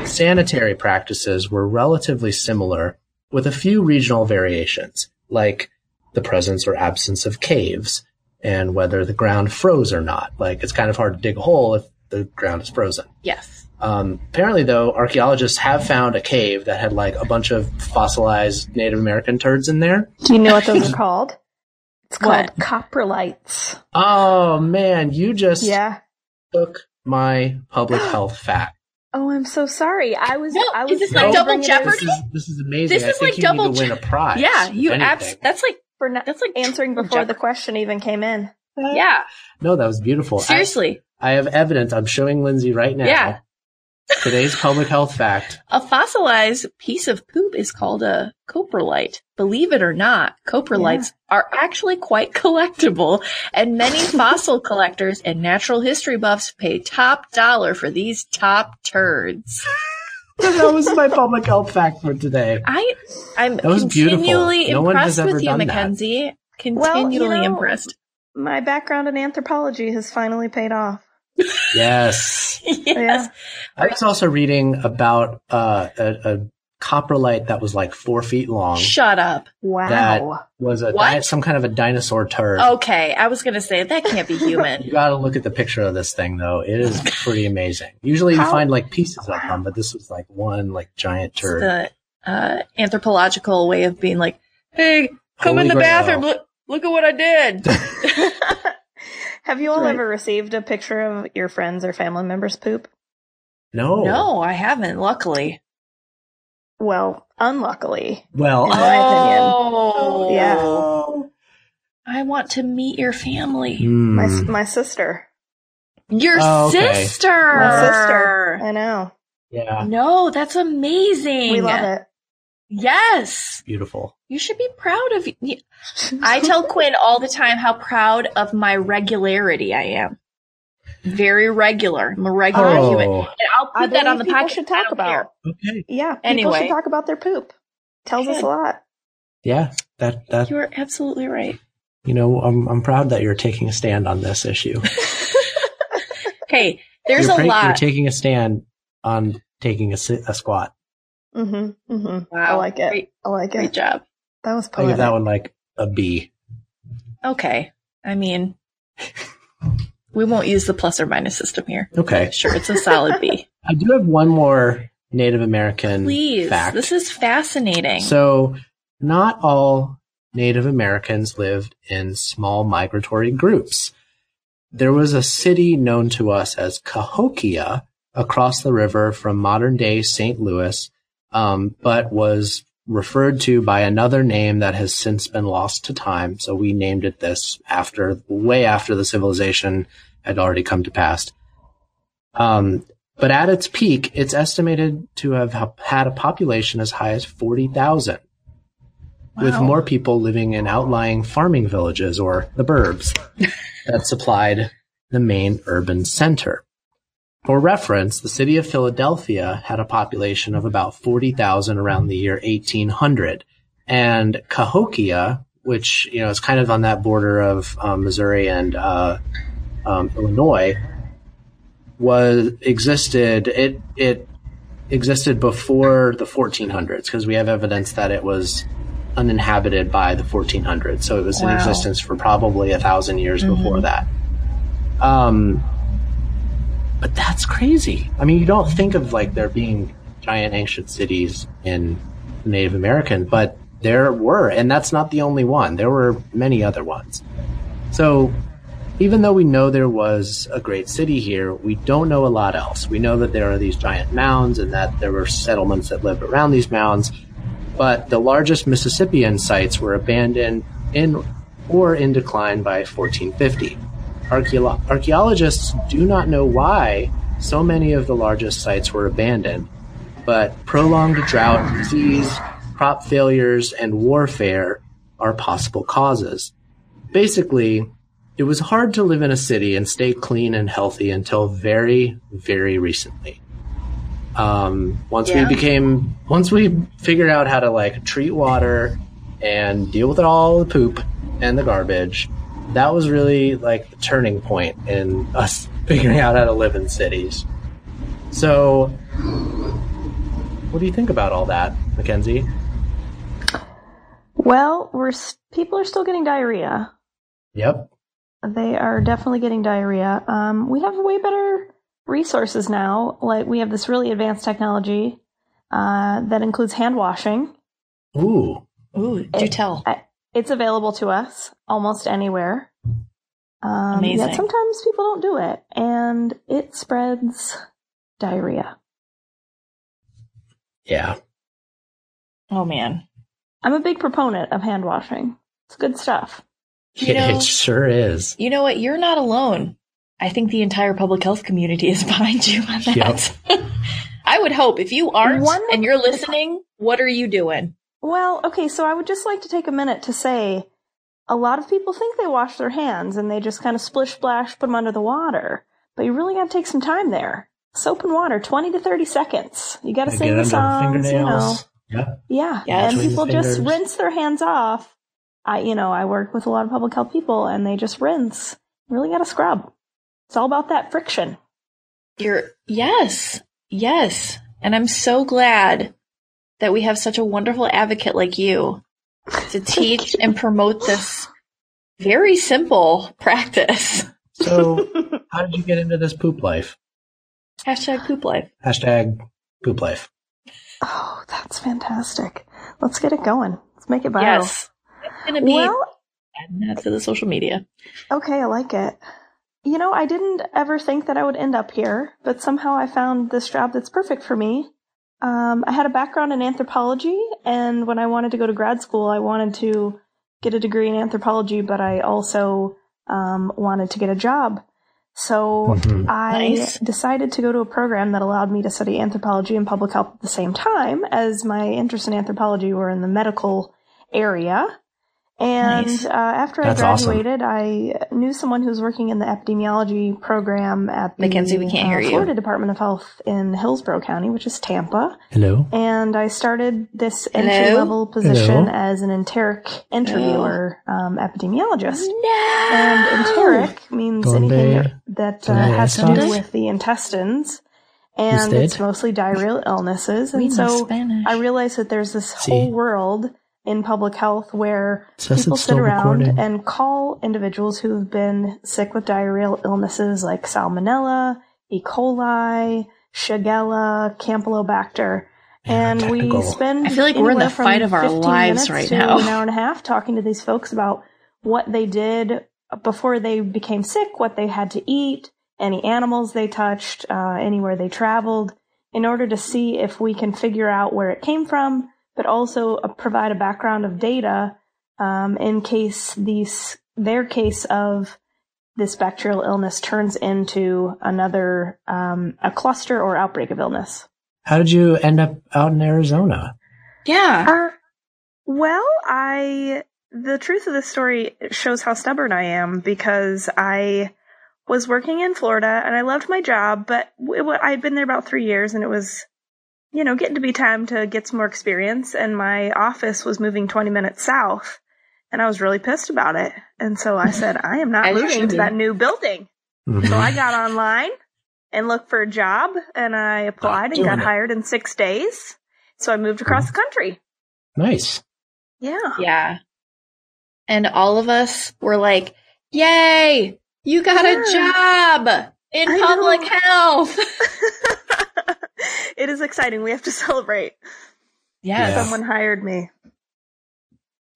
Speaker 3: sanitary practices were relatively similar with a few regional variations, like the presence or absence of caves and whether the ground froze or not. Like it's kind of hard to dig a hole if the ground is frozen.
Speaker 1: Yes.
Speaker 3: Um, apparently, though, archaeologists have found a cave that had like a bunch of fossilized Native American turds in there.
Speaker 2: Do you know what those are called? It's called
Speaker 1: What?
Speaker 2: coprolites.
Speaker 3: Oh man, you just
Speaker 2: Yeah.
Speaker 3: took my public health fact.
Speaker 2: Oh, I'm so sorry. I was.
Speaker 1: No,
Speaker 2: I
Speaker 1: is
Speaker 2: was
Speaker 1: this like
Speaker 2: gonna
Speaker 1: double
Speaker 2: bring it in
Speaker 1: jeopardy?
Speaker 3: This is, this is amazing.
Speaker 1: This
Speaker 3: I
Speaker 1: is
Speaker 3: think
Speaker 1: like
Speaker 3: you need
Speaker 1: double
Speaker 3: to win a prize.
Speaker 4: yeah. You
Speaker 3: if anything.
Speaker 4: abs- That's like.
Speaker 2: for not
Speaker 4: That's like
Speaker 2: answering before the question even came in.
Speaker 4: Yeah.
Speaker 3: No, that was beautiful. I-
Speaker 4: Seriously.
Speaker 3: I, have evidence. I'm showing Lindsay right now.
Speaker 4: Yeah.
Speaker 3: Today's public health fact.
Speaker 4: A fossilized piece of poop is called a coprolite. Believe it or not, coprolites are actually quite collectible, and many fossil collectors and natural history buffs pay top dollar for these top turds.
Speaker 3: that was my public health fact for today.
Speaker 4: I, I'm
Speaker 3: That was beautiful.
Speaker 4: continually
Speaker 3: No one
Speaker 4: impressed
Speaker 3: has ever
Speaker 4: with you,
Speaker 3: done that.
Speaker 4: Mackenzie.
Speaker 2: Well, you
Speaker 4: Continually
Speaker 2: know-
Speaker 4: impressed.
Speaker 2: My background in anthropology has finally paid off.
Speaker 3: Yes.
Speaker 4: yes.
Speaker 3: I was also reading about uh, a, a coprolite that was like four feet long.
Speaker 4: Shut up.
Speaker 2: Wow.
Speaker 3: That was a
Speaker 4: What? Oh.
Speaker 3: di- some kind of a dinosaur turd.
Speaker 4: Okay, I was gonna say that can't be human.
Speaker 3: You got to look at the picture of this thing, though. It is pretty amazing. Usually, you
Speaker 2: How-
Speaker 3: find like pieces of them, but this was like one like giant
Speaker 4: it's
Speaker 3: turd.
Speaker 4: the uh, anthropological way of being like, "Hey, come
Speaker 3: Holy
Speaker 4: in the
Speaker 3: grail.
Speaker 4: bathroom. Look, look at what I did."
Speaker 2: Have you all
Speaker 4: Right.
Speaker 2: ever received a picture of your friends or family members poop?
Speaker 3: no.
Speaker 4: No, I haven't. Luckily.
Speaker 2: Well, unluckily.
Speaker 3: Well, uh,
Speaker 2: In my opinion.
Speaker 4: Oh,
Speaker 2: Yeah.
Speaker 4: I want to meet your family.
Speaker 3: Hmm.
Speaker 2: My s my sister.
Speaker 4: Your
Speaker 3: Oh, okay.
Speaker 4: sister.
Speaker 2: My sister. I know.
Speaker 3: yeah.
Speaker 4: No, that's amazing.
Speaker 2: We love it.
Speaker 4: Yes.
Speaker 3: Beautiful.
Speaker 4: You should be proud of y- I tell Quinn all the time how proud of my regularity I am. Very regular. I'm a regular human.
Speaker 3: Oh.
Speaker 4: And I'll put
Speaker 2: I
Speaker 4: that on the
Speaker 2: believe people
Speaker 4: podcast.
Speaker 2: should
Speaker 4: I
Speaker 2: talk
Speaker 4: don't
Speaker 2: about.
Speaker 4: care.
Speaker 3: Okay.
Speaker 2: Yeah. People
Speaker 4: Anyway.
Speaker 2: should talk about their poop. Tells us
Speaker 4: Should.
Speaker 2: a lot.
Speaker 3: Yeah. That that
Speaker 4: You are absolutely right.
Speaker 3: you know, I'm I'm proud that you're taking a stand on this issue.
Speaker 4: Hey, there's
Speaker 3: you're
Speaker 4: a
Speaker 3: pra- You're
Speaker 4: lot.
Speaker 3: taking a stand on taking a, si- a squat.
Speaker 2: Mm-hmm. Mm-hmm.
Speaker 4: wow.
Speaker 2: I like it.
Speaker 4: Great,
Speaker 2: I like
Speaker 4: great
Speaker 2: it.
Speaker 4: job.
Speaker 2: That was
Speaker 3: I give
Speaker 2: poetic.
Speaker 3: that one like a B.
Speaker 4: Okay. I mean, we won't use the plus or minus system here.
Speaker 3: Okay.
Speaker 4: Sure, it's a solid B.
Speaker 3: I do have one more Native American
Speaker 4: Please.
Speaker 3: fact.
Speaker 4: This is fascinating.
Speaker 3: So, not all Native Americans lived in small migratory groups. There was a city known to us as Cahokia across the river from modern day St. Louis, um, but was referred to by another name that has since been lost to time. So we named it this after, way after the civilization had already come to pass. Um, but at its peak, it's estimated to have ha- had a population as high as 40,000, with
Speaker 4: Wow.
Speaker 3: more people living in outlying farming villages or the burbs that supplied the main urban center. For reference, the city of Philadelphia had a population of about 40,000 around the year 1800. And Cahokia, which, you know, is kind of on that border of um, Missouri and uh, um, Illinois, was existed. It it existed before the 1400s because we have evidence that it was uninhabited by the 1400s. So it was in
Speaker 4: Wow.
Speaker 3: existence for probably a thousand years before that. Um, but that's crazy. I mean, you don't think of like there being giant ancient cities in Native American, but there were, and that's not the only one. There were many other ones. So even though we know there was a great city here, we don't know a lot else. We know that there are these giant mounds and that there were settlements that lived around these mounds, but the largest Mississippian sites were abandoned in or in decline by 1450. Archeolo- archaeologists do not know why so many of the largest sites were abandoned, but prolonged drought, disease, crop failures, and warfare are possible causes. Basically, it was hard to live in a city and stay clean and healthy until very, very recently. Um, once
Speaker 4: Yeah.
Speaker 3: we became, once we figured out how to like treat water and deal with all the poop and the garbage, that was really like the turning point in us figuring out how to live in cities. So, what do you think about all that, Mackenzie?
Speaker 2: Well, we're s- people are still getting diarrhea.
Speaker 3: Yep.
Speaker 2: They are definitely getting diarrhea. Um, we have way better resources now. Like we have this really advanced technology uh, that includes hand washing.
Speaker 3: Ooh.
Speaker 4: Ooh, do tell.
Speaker 2: It's available to us almost anywhere. Um,
Speaker 4: Amazing.
Speaker 2: Yet sometimes people don't do it, and it spreads diarrhea.
Speaker 3: Yeah.
Speaker 4: Oh man.
Speaker 2: I'm a big proponent of hand washing. It's good stuff.
Speaker 4: You know-
Speaker 3: it sure is.
Speaker 4: You know what? You're not alone. I think the entire public health community is behind you on that. I would hope if you aren't
Speaker 2: One-
Speaker 4: and you're listening, what are you doing?
Speaker 2: Well, okay, so I would just like to take a minute to say a lot of people think they wash their hands and they just kind of splish splash, put them under the water. But you really got to take some time there. Soap and water, 20 to 30 seconds. You got to
Speaker 3: Gotta
Speaker 2: sing the songs, you know.
Speaker 3: Yep.
Speaker 2: Yeah.
Speaker 4: Yeah,
Speaker 2: and
Speaker 3: between the
Speaker 2: people just
Speaker 3: fingers.
Speaker 2: rinse their hands off. I, you know, I work with a lot of public health people and they just rinse. You really got to scrub. It's all about that friction.
Speaker 4: You're yes, yes. And I'm so glad that we have such a wonderful advocate like you to teach and promote this very simple practice.
Speaker 3: So, how did you get into this poop life?
Speaker 4: Hashtag poop life.
Speaker 3: Hashtag poop life.
Speaker 2: Oh, that's fantastic. Let's get it going. Let's make it viral.
Speaker 4: Yes. It's gonna be
Speaker 2: Well,
Speaker 4: adding that to the social media.
Speaker 2: Okay, I like it. You know, I didn't ever think that I would end up here, but somehow I found this job that's perfect for me. Um, I had a background in anthropology, and when I wanted to go to grad school, I wanted to get a degree in anthropology, but I also um, wanted to get a job. So
Speaker 3: Mhm.
Speaker 2: I
Speaker 4: Nice.
Speaker 2: decided to go to a program that allowed me to study anthropology and public health at the same time, as my interests in anthropology were in the medical area. And
Speaker 4: Nice.
Speaker 2: uh, after
Speaker 3: That's
Speaker 2: I
Speaker 3: awesome.
Speaker 2: graduated, I knew someone who was working in the epidemiology program at the
Speaker 4: Mackenzie, we can't
Speaker 2: uh,
Speaker 4: hear you.
Speaker 2: Florida Department of Health in Hillsborough County, which is Tampa.
Speaker 3: Hello.
Speaker 2: And I started this
Speaker 4: Hello?
Speaker 2: entry level position
Speaker 3: Hello?
Speaker 2: as an enteric interviewer um, epidemiologist.
Speaker 4: No.
Speaker 2: And
Speaker 4: Ah,
Speaker 2: enteric means
Speaker 3: Donde-
Speaker 2: anything that uh,
Speaker 3: donde
Speaker 2: has to do
Speaker 4: estás?
Speaker 2: with the intestines, and it's
Speaker 3: Usted?
Speaker 2: mostly diarrheal illnesses.
Speaker 4: We
Speaker 2: And
Speaker 4: know
Speaker 2: so
Speaker 4: Spanish.
Speaker 2: I realized that there's this
Speaker 3: Sí.
Speaker 2: whole world in public health where
Speaker 3: Says
Speaker 2: people
Speaker 3: it's
Speaker 2: sit
Speaker 3: still
Speaker 2: around
Speaker 3: recording.
Speaker 2: and call individuals who have been sick with diarrheal illnesses like salmonella, E. coli, Shigella, Campylobacter. And we
Speaker 3: technical.
Speaker 2: spend
Speaker 4: I feel like we're in the
Speaker 2: anywhere from
Speaker 4: fight of our
Speaker 2: 15
Speaker 4: lives
Speaker 2: minutes
Speaker 4: right
Speaker 2: to
Speaker 4: now.
Speaker 2: An hour and a half talking to these folks about what they did before they became sick, what they had to eat, any animals they touched, uh, anywhere they traveled, in order to see if we can figure out where it came from, but also uh, provide a background of data um, in case these their case of this bacterial illness turns into another um, a cluster or outbreak of illness.
Speaker 3: How did you end up out in Arizona?
Speaker 4: yeah.
Speaker 2: Uh, well, I the truth of this story shows how stubborn I am because I was working in Florida and I loved my job, but it, wa- I'd been there about three years and it was, you know, getting to be time to get some more experience. And my office was moving 20 minutes south, and I was really pissed about it. And so I said, I am not
Speaker 4: As you
Speaker 2: moving
Speaker 4: should
Speaker 2: to
Speaker 4: be.
Speaker 2: that new building. So
Speaker 3: Mhm.
Speaker 2: I got online and looked for a job, and I applied and
Speaker 3: doing
Speaker 2: got
Speaker 3: it.
Speaker 2: hired in six days. So I moved across the country.
Speaker 3: Nice.
Speaker 2: Yeah.
Speaker 4: Yeah. And all of us were like, yay, you got a job in
Speaker 2: I
Speaker 4: public
Speaker 2: know.
Speaker 4: health.
Speaker 2: it is exciting. We have to celebrate.
Speaker 3: Yeah.
Speaker 2: Someone hired me.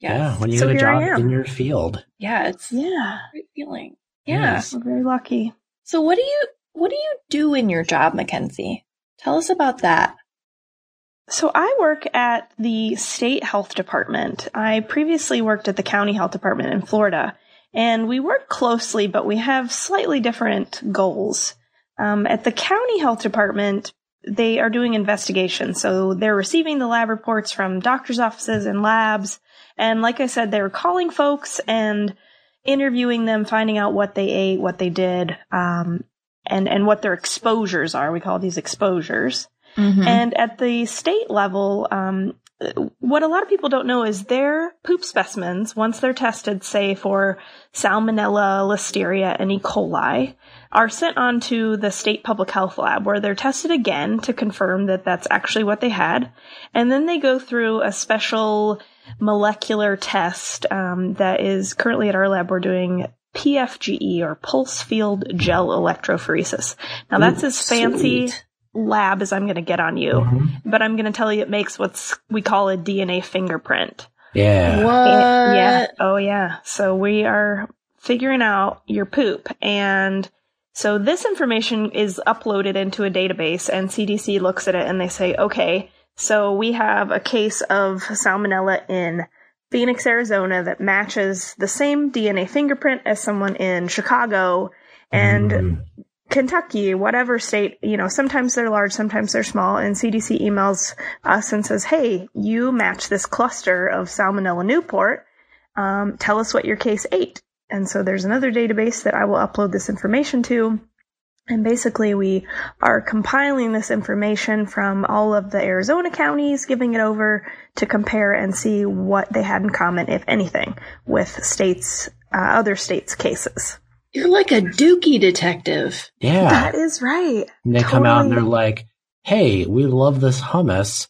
Speaker 3: Yeah.
Speaker 4: Yes.
Speaker 3: When you
Speaker 2: So
Speaker 3: get a
Speaker 2: here I
Speaker 3: job
Speaker 2: am.
Speaker 3: in your field.
Speaker 4: Yeah. It's a
Speaker 2: Yeah.
Speaker 4: great feeling. Yeah.
Speaker 3: Nice.
Speaker 2: We're very lucky.
Speaker 4: So what do you, what do you do in your job, Mackenzie? Tell us about that.
Speaker 2: So I work at the state health department. I previously worked at the county health department in Florida, and we work closely, but we have slightly different goals. Um, at the county health department, they are doing investigations. So they're receiving the lab reports from doctor's offices and labs. And like I said, they're calling folks and interviewing them, finding out what they ate, what they did, um, and, and what their exposures are. We call these exposures.
Speaker 4: Mm-hmm.
Speaker 3: Mm-hmm.
Speaker 2: And at the state level, um, what a lot of people don't know is their poop specimens, once they're tested, say for salmonella, listeria, and E. coli, are sent on to the state public health lab where they're tested again to confirm that that's actually what they had. And then they go through a special molecular test um, that is currently at our lab. We're doing PFGE E, or pulse field gel electrophoresis. Now that's
Speaker 3: Ooh,
Speaker 2: as fancy
Speaker 3: sweet.
Speaker 2: lab as I'm going to get on you,
Speaker 3: Mhm.
Speaker 2: but I'm going to tell you it makes what's we call a DNA fingerprint.
Speaker 3: Yeah.
Speaker 4: Uh,
Speaker 2: And- yeah.
Speaker 4: What?
Speaker 2: Oh yeah. So we are figuring out your poop and so this information is uploaded into a database and CDC looks at it and they say, "Okay, so we have a case of salmonella in Phoenix, Arizona that matches the same DNA fingerprint as someone in Chicago and
Speaker 3: Mm.
Speaker 2: Kentucky, whatever state, you know, sometimes they're large, sometimes they're small, and CDC emails us and says, hey, you match this cluster of Salmonella Newport. Um, tell us what your case ate. And so there's another database that I will upload this information to. And basically, we are compiling this information from all of the Arizona counties, giving it over to compare and see what they had in common, if anything, with states, uh, other states' cases.
Speaker 4: You're like a dookie detective.
Speaker 3: yeah.
Speaker 2: That is right.
Speaker 3: And they come out and they're
Speaker 2: Totally.
Speaker 3: like, hey, we love this hummus.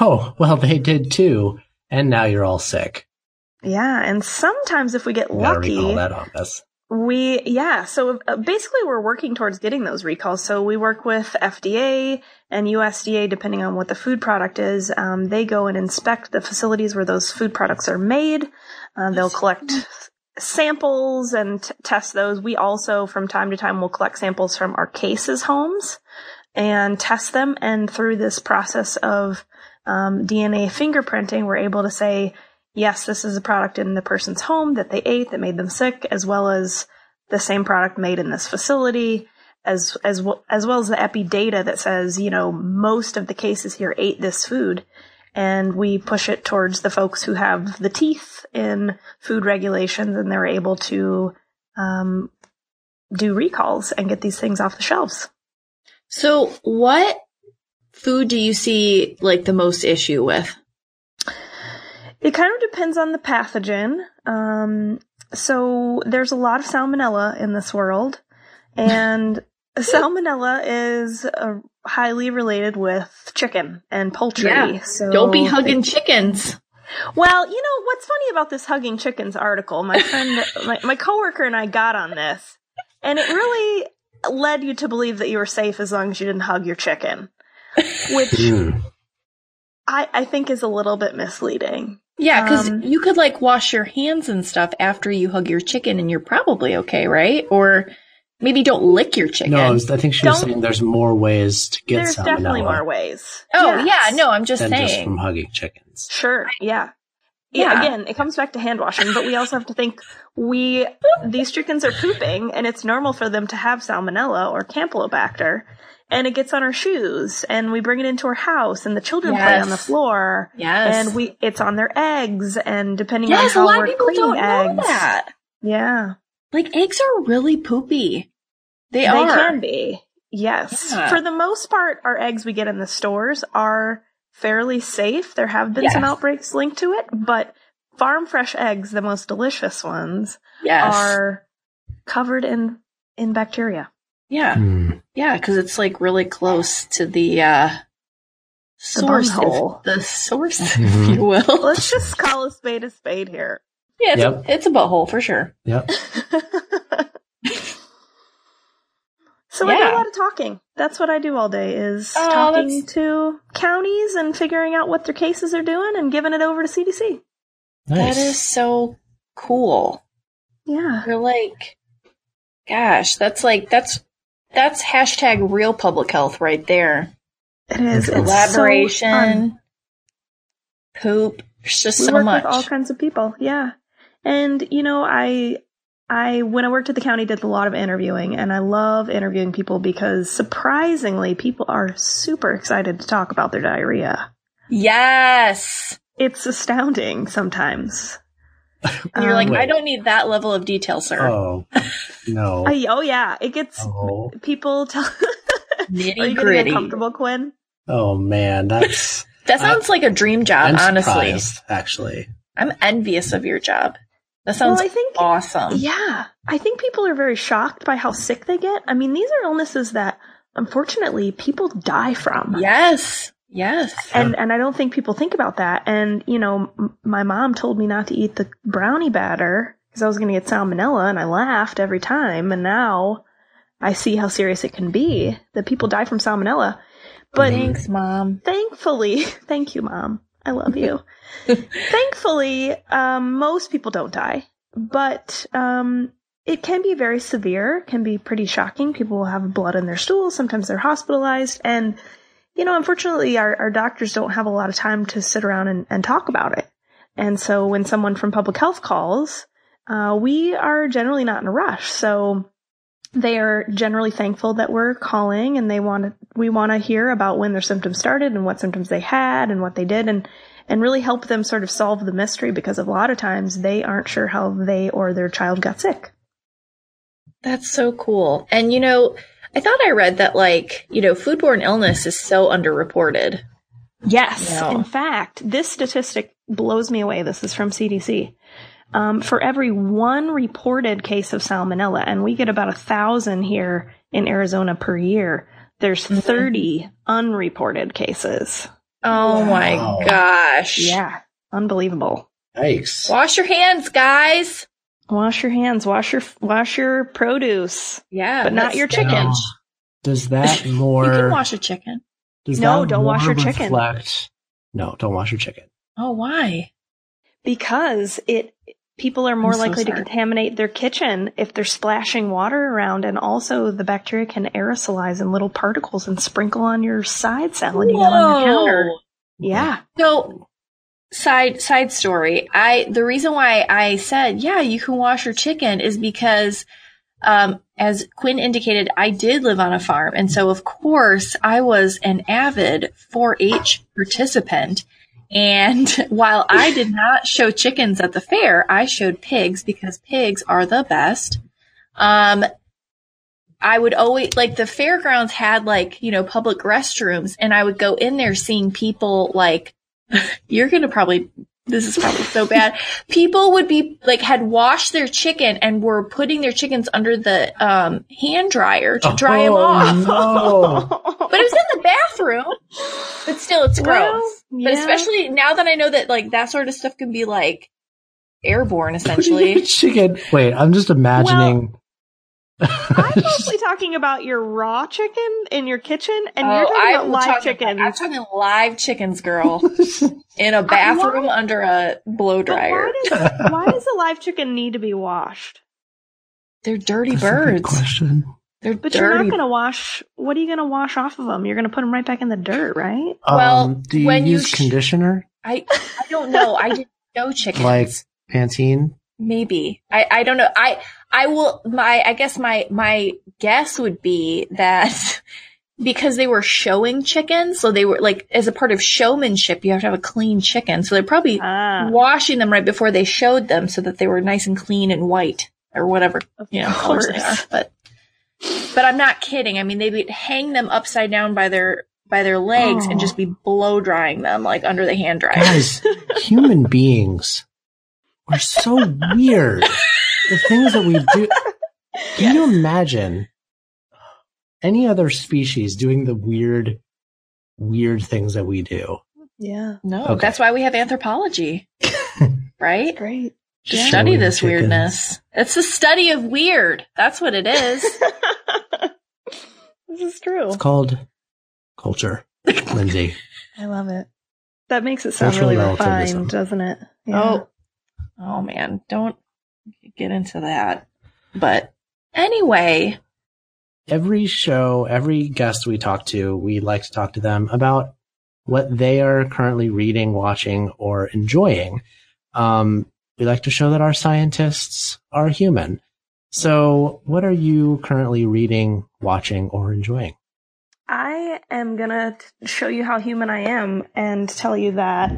Speaker 3: Oh, well, they did too. And now you're all sick.
Speaker 2: Yeah, and sometimes if we get
Speaker 3: You gotta
Speaker 2: lucky,
Speaker 3: recall that hummus.
Speaker 2: we yeah. So uh, basically, we're working towards getting those recalls. So we work with FDA and USDA, depending on what the food product is. Um, they go and inspect the facilities where those food products are made. Uh, they'll collect samples and t- test those. We also, from time to time, will collect samples from our cases' homes and test them. And through this process of um, DNA fingerprinting, we're able to say, yes, this is a product in the person's home that they ate that made them sick, as well as the same product made in this facility, as as well as well as the epi data that says, you know, most of the cases here ate this food. And we push it towards the folks who have the teeth in food regulations, and they're able to um, do recalls and get these things off the shelves.
Speaker 4: So what food do you see like the most issue with?
Speaker 2: It kind of depends on the pathogen. Um, so there's a lot of salmonella in this world, and salmonella is uh, highly related with chicken and poultry.
Speaker 4: Yeah.
Speaker 2: So
Speaker 4: Don't be hugging chickens.
Speaker 2: Well, you know what's funny about this hugging chickens article? My friend, my, my coworker, and I got on this, and it really led you to believe that you were safe as long as you didn't hug your chicken, which
Speaker 3: Mm.
Speaker 2: I, I think is a little bit misleading.
Speaker 4: Yeah, because
Speaker 2: Um,
Speaker 4: you could like wash your hands and stuff after you hug your chicken, and you're probably okay, right? Or maybe don't lick your chicken.
Speaker 3: No, I was- I think she was
Speaker 2: Don't-
Speaker 3: saying there's more ways to get
Speaker 2: There's
Speaker 3: salmonella
Speaker 2: definitely more ways.
Speaker 4: oh
Speaker 2: Yes.
Speaker 4: yeah, no, I'm just
Speaker 3: than just
Speaker 4: saying.
Speaker 3: from hugging chickens.
Speaker 2: Sure. Yeah. Yeah.
Speaker 4: Yeah.
Speaker 2: Again, it comes back to hand washing, but we also have to think we these chickens are pooping, and it's normal for them to have salmonella or campylobacter, and it gets on our shoes, and we bring it into our house, and the children play on the
Speaker 4: Yes.
Speaker 2: floor,
Speaker 4: yes,
Speaker 2: and we it's on their eggs, and depending
Speaker 4: yes,
Speaker 2: on
Speaker 4: a
Speaker 2: how
Speaker 4: lot
Speaker 2: we're
Speaker 4: of people
Speaker 2: cleaning
Speaker 4: don't
Speaker 2: eggs,
Speaker 4: know that.
Speaker 2: yeah,
Speaker 4: Like eggs are really poopy. They,
Speaker 2: they
Speaker 4: are.
Speaker 2: can be. Yes,
Speaker 4: Yeah.
Speaker 2: for the most part, our eggs we get in the stores are fairly safe. There have been some
Speaker 4: Yes.
Speaker 2: outbreaks linked to it, but farm fresh eggs, the most delicious ones.
Speaker 4: Yes.
Speaker 2: are covered in in bacteria.
Speaker 4: Yeah.
Speaker 3: Hmm.
Speaker 4: Yeah. Cause it's like really close to the, uh, source, if-
Speaker 2: bunghole.
Speaker 4: the source,
Speaker 3: Mhm.
Speaker 4: if you will.
Speaker 5: Let's just call a spade a spade here.
Speaker 4: Yeah. It's,
Speaker 3: Yep.
Speaker 4: a, it's a butthole for sure.
Speaker 3: Yep.
Speaker 2: So I do
Speaker 4: Yeah.
Speaker 2: a lot of talking. That's what I do all day is
Speaker 4: Oh,
Speaker 2: talking
Speaker 4: that's-
Speaker 2: to counties and figuring out what their cases are doing and giving it over to CDC.
Speaker 3: Nice.
Speaker 4: That is so cool.
Speaker 2: Yeah.
Speaker 4: You're like, gosh, that's like, that's, that's hashtag real public health right there.
Speaker 2: It is.
Speaker 3: It's
Speaker 2: It's so fun.
Speaker 4: Collaboration, poop. It's just
Speaker 2: we
Speaker 4: so
Speaker 2: work
Speaker 4: much.
Speaker 2: with all kinds of people yeah and you know i i when i worked at the county did a lot of interviewing and i love interviewing people because surprisingly people are super excited to talk about their diarrhea
Speaker 4: yes.
Speaker 2: it's astounding sometimes
Speaker 4: And you're like,
Speaker 2: Um,
Speaker 4: I
Speaker 3: Wait.
Speaker 4: don't need that level of detail, sir.
Speaker 3: Oh no.
Speaker 2: I- oh yeah it gets
Speaker 3: oh.
Speaker 2: people tell are
Speaker 4: Nitty
Speaker 2: you getting
Speaker 4: gritty.
Speaker 2: uncomfortable quinn
Speaker 3: oh man, that's
Speaker 4: That sounds like a dream job,
Speaker 3: I'm
Speaker 4: honestly.
Speaker 3: surprised, actually.
Speaker 4: I'm envious of your job. That sounds
Speaker 2: well i think
Speaker 4: awesome.
Speaker 2: Yeah, I think people are very shocked by how sick they get. I mean, these are illnesses that unfortunately people die from.
Speaker 4: Yes. Yes.
Speaker 2: And and I don't think people think about that. And you know, m- my mom told me not to eat the brownie batter because I was going to get salmonella, and I laughed every time. And now I see how serious it can be that people die from salmonella. But
Speaker 4: Thanks, mom.
Speaker 2: thankfully, thank you, mom. I love you. thankfully, um, most people don't die, but um, it can be very severe. Can be pretty shocking. People will have blood in their stool. Sometimes they're hospitalized, and you know, unfortunately, our, our doctors don't have a lot of time to sit around and, and talk about it. And so, when someone from public health calls, uh, we are generally not in a rush. So they are generally thankful that we're calling and they want to, we want to hear about when their symptoms started and what symptoms they had and what they did and and really help them sort of solve the mystery because a lot of times they aren't sure how they or their child got sick.
Speaker 4: That's so cool. And you know, I thought I read that like, you know, foodborne illness is so underreported.
Speaker 2: Yes.
Speaker 4: Yeah.
Speaker 2: In fact, this statistic blows me away. This is from CDC. Um, for every one reported case of salmonella, and we get about a thousand here in Arizona per year, there's 30 unreported cases.
Speaker 4: Oh
Speaker 3: Wow.
Speaker 4: my gosh.
Speaker 2: Yeah. Unbelievable.
Speaker 3: Yikes.
Speaker 4: Wash your hands, guys.
Speaker 2: Wash your hands. Wash your wash your produce.
Speaker 4: Yeah.
Speaker 2: But not
Speaker 4: that's
Speaker 2: your chicken.
Speaker 4: strange.
Speaker 3: Does that more
Speaker 4: You can wash a chicken.
Speaker 3: does
Speaker 2: No,
Speaker 3: that
Speaker 2: don't wash
Speaker 3: more
Speaker 2: your chicken.
Speaker 3: reflect- No, don't wash your chicken.
Speaker 4: Oh, why?
Speaker 2: Because it people are more
Speaker 4: I'm so
Speaker 2: likely to
Speaker 4: sorry.
Speaker 2: contaminate their kitchen if they're splashing water around and also the bacteria can aerosolize in little particles and sprinkle on your side salad you got on your counter. Yeah.
Speaker 4: So side side story. I the reason why I said, yeah, you can wash your chicken is because um as Quinn indicated, I did live on a farm and so of course I was an avid 4-H participant. And while I did not show chickens at the fair, I showed pigs because pigs are the best. Um, I would always like the fairgrounds had like, you know, public restrooms and I would go in there seeing people like, you're going to probably, this is probably so bad. People would be like, had washed their chicken and were putting their chickens under the, um, hand dryer to dry them
Speaker 3: oh,
Speaker 4: off.
Speaker 3: No.
Speaker 4: But it was in the bathroom. But still, it's gross.
Speaker 2: Well,
Speaker 4: But
Speaker 2: yeah.
Speaker 4: especially now that I know that like that sort of stuff can be like airborne
Speaker 3: Your
Speaker 4: essentially.
Speaker 3: chicken. Wait, I'm just imagining.
Speaker 2: I'm mostly talking about your raw chicken in your kitchen and
Speaker 4: Oh,
Speaker 2: you're talking about
Speaker 4: I'm
Speaker 2: live
Speaker 4: talking-
Speaker 2: chickens.
Speaker 4: I'm talking live chickens, girl, in a bathroom under a blow
Speaker 2: But
Speaker 4: dryer.
Speaker 2: why does why does a live chicken need to be washed?
Speaker 4: They're dirty
Speaker 3: That's a good
Speaker 4: birds.
Speaker 3: question.
Speaker 4: They're
Speaker 2: But
Speaker 4: dirty.
Speaker 2: you're not going to wash. What are you going to wash off of them? You're going to put them right back in the dirt, right?
Speaker 4: Well,
Speaker 3: um, do you
Speaker 4: when you
Speaker 3: use
Speaker 4: sh-
Speaker 3: conditioner
Speaker 4: I I don't know. I didn't know chickens.
Speaker 3: like Pantene?
Speaker 4: Maybe I I don't know. I I will my I guess my my guess would be that because they were showing chickens, so they were like as a part of showmanship, you have to have a clean chicken. So they're probably
Speaker 2: Ah,
Speaker 4: washing them right before they showed them so that they were nice and clean and white or whatever
Speaker 2: of
Speaker 4: you know colors they are. But but I'm not kidding. I mean, they would hang them upside down by their by their legs and
Speaker 2: Oh.
Speaker 4: just be blow drying them like under the hand dryer.
Speaker 3: Guys, human beings are so weird. The things that we do. Can you imagine? any other species doing the weird, weird things that we do.
Speaker 2: Yeah.
Speaker 4: No,
Speaker 3: Okay.
Speaker 4: that's why we have anthropology, right?
Speaker 2: Great.
Speaker 4: To
Speaker 3: Just
Speaker 4: study
Speaker 3: showing
Speaker 4: this
Speaker 3: chickens.
Speaker 4: weirdness. It's the study of weird. That's what it is.
Speaker 2: This is true.
Speaker 3: It's called culture, Lindsay.
Speaker 2: I love it. That makes it sound
Speaker 3: Cultural
Speaker 2: really
Speaker 3: relativism.
Speaker 2: refined, doesn't it?
Speaker 4: Oh, oh man, don't get into that. But anyway,
Speaker 3: Every show, every guest we talk to, we like to talk to them about what they are currently reading, watching, or enjoying. Um, we like to show that our scientists are human. So, what are you currently reading, watching, or enjoying?
Speaker 2: I am gonna t- show you how human I am and tell you that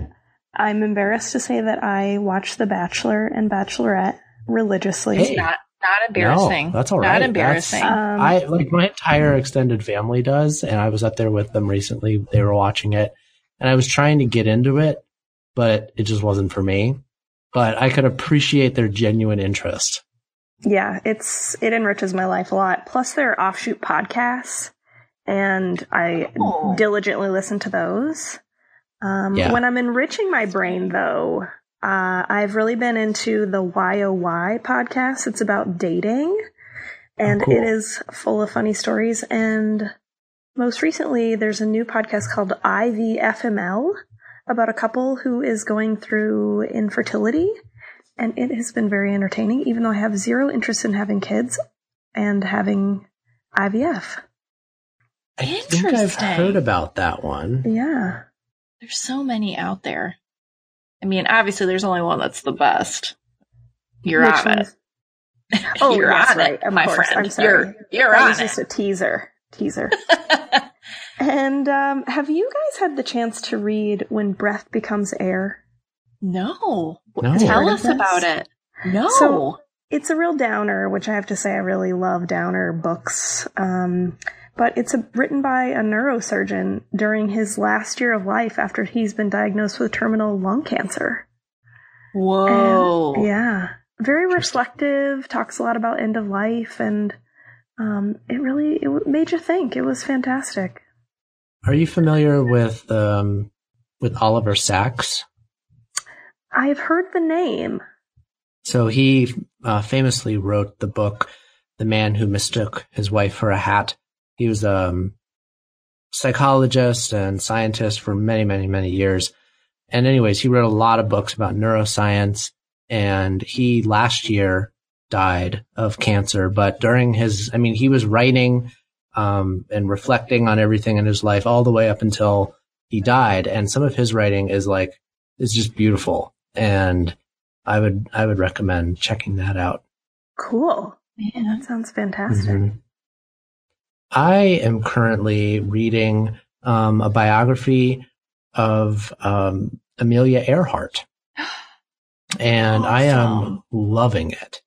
Speaker 2: I'm embarrassed to say that I watch The Bachelor and Bachelorette religiously.
Speaker 3: Hey.
Speaker 4: not not embarrassing.
Speaker 3: No, that's all right.
Speaker 4: Not
Speaker 3: That's-
Speaker 4: embarrassing.
Speaker 2: Um,
Speaker 3: I like my entire extended family does, and I was up there with them recently. They were watching it, and I was trying to get into it, but it just wasn't for me. But I could appreciate their genuine interest.
Speaker 2: yeah, it's it enriches my life a lot. Plus, there are offshoot podcasts, and I
Speaker 4: Oh.
Speaker 2: diligently listen to those. Um,
Speaker 3: Yeah.
Speaker 2: When I'm enriching my brain, though, uh, I've really been into the YOY podcast. It's about dating, and
Speaker 3: Oh, cool.
Speaker 2: it is full of funny stories. And most recently, there's a new podcast called IVFML about a couple who is going through infertility. And it has been very entertaining, even though I have zero interest in having kids and having IVF.
Speaker 3: I think I've
Speaker 4: Interesting.
Speaker 3: heard about that one.
Speaker 2: Yeah.
Speaker 4: There's so many out there. I mean, obviously, there's only one that's the best. You're
Speaker 2: Which
Speaker 4: on it.
Speaker 2: one's- Oh,
Speaker 4: you're
Speaker 2: yes,
Speaker 4: on it,
Speaker 2: right, of
Speaker 4: my
Speaker 2: course.
Speaker 4: friend.
Speaker 2: I'm sorry.
Speaker 4: You're you're
Speaker 2: That
Speaker 4: on
Speaker 2: was
Speaker 4: it.
Speaker 2: just a teaser. Teaser. and um, have you guys had the chance to read When Breath Becomes Air?
Speaker 4: no,
Speaker 3: No.
Speaker 4: tell
Speaker 2: Heard of
Speaker 4: us
Speaker 2: this?
Speaker 4: about it. No,
Speaker 2: So- um, It's a real downer, which I have to say I really love downer books. Um, but it's a, written by a neurosurgeon during his last year of life after he's been diagnosed with terminal lung cancer.
Speaker 4: whoa,
Speaker 3: Oh.
Speaker 2: And, yeah. Very reflective, talks a lot about end of life, and um, it really it w- made you think. It was fantastic.
Speaker 3: Are you familiar with um, with Oliver Sacks?
Speaker 2: I've heard the name.
Speaker 3: So he uh, famously wrote the book "The Man Who Mistook His Wife for a Hat." He was a um, psychologist and scientist for many, many, many years. And anyways, he wrote a lot of books about neuroscience. And he last year died of cancer. But during his, I mean, he was writing um, and reflecting on everything in his life all the way up until he died. And some of his writing is like is just beautiful. And I would I would recommend checking that out.
Speaker 2: Cool.
Speaker 4: man,
Speaker 2: That sounds fantastic.
Speaker 3: I am currently reading um, a biography of um, Amelia Earhart, and I am
Speaker 4: Awesome.
Speaker 3: loving it.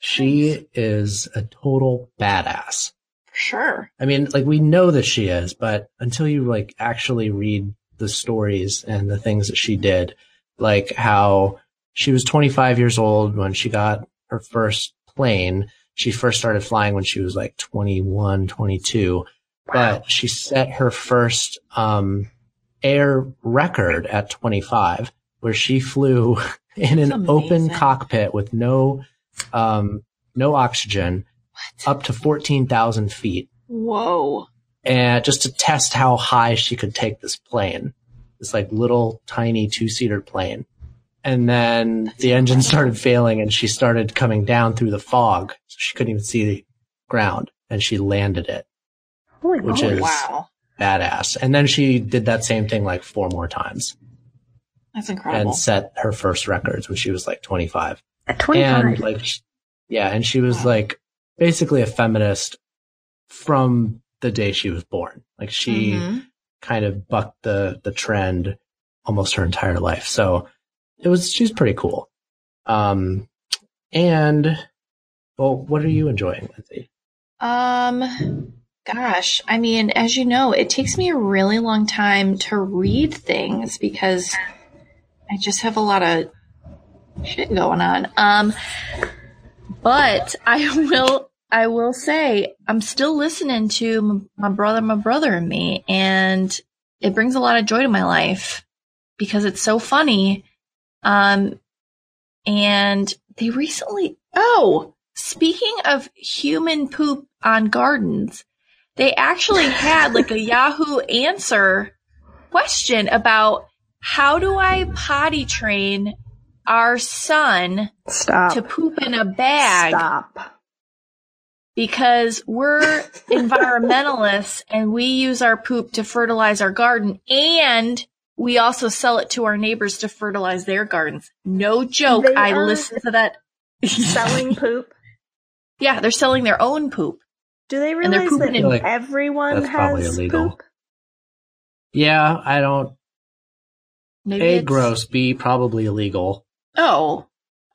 Speaker 3: She is a total badass.
Speaker 4: for sure.
Speaker 3: I mean, like we know that she is, but until you like actually read the stories and the things that she did, like how she was 25 years old when she got her first plane. She first started flying when she was like 21, 22, Mm-hmm. but she set her first, um, air record at 25 where she flew in an
Speaker 4: That's
Speaker 3: open
Speaker 4: amazing.
Speaker 3: cockpit with no, um, no oxygen up to 14,000 feet
Speaker 4: Whoa,
Speaker 3: and just to test how high she could take this plane, this like little tiny two seater plane. And then the engine started failing and she started coming down through the fog. So she couldn't even see the ground and she landed it.
Speaker 2: Holy
Speaker 3: Which
Speaker 2: moly.
Speaker 3: is-
Speaker 4: wow,
Speaker 3: Badass. And then she did that same thing like four more times
Speaker 4: that's incredible.
Speaker 3: and set her first records when she was like 25.
Speaker 2: At 25.
Speaker 3: And like, sh- yeah. And she was like basically a feminist from the day she was born. Like she,
Speaker 4: Mhm.
Speaker 3: kind of bucked the the trend almost her entire life. So it was she's pretty cool. Um and well, what are you enjoying, Lindsay?
Speaker 4: Um, gosh, I mean, as you know, it takes me a really long time to read things because I just have a lot of shit going on. Um, but I will. I will say I'm still listening to m- my brother, my brother and me, and it brings a lot of joy to my life because it's so funny. Um, and they recently, oh, speaking of human poop on gardens, they actually had like a Yahoo answer question about how do I potty train our son
Speaker 2: Stop.
Speaker 4: to poop in a bag?
Speaker 2: Stop.
Speaker 4: because we're environmentalists and we use our poop to fertilize our garden and we also sell it to our neighbors to fertilize their gardens. No joke.
Speaker 2: They
Speaker 4: I
Speaker 2: are-
Speaker 4: listened to that.
Speaker 2: Selling poop.
Speaker 4: yeah, they're selling their own poop.
Speaker 2: Do they
Speaker 4: And they're
Speaker 2: realize
Speaker 4: pooping
Speaker 2: that
Speaker 3: in- Like,
Speaker 2: everyone
Speaker 3: that's probably
Speaker 2: has
Speaker 3: illegal.
Speaker 2: poop?
Speaker 3: Yeah, I don't.
Speaker 4: Maybe
Speaker 3: A
Speaker 4: it's-
Speaker 3: gross. B probably illegal.
Speaker 4: Oh,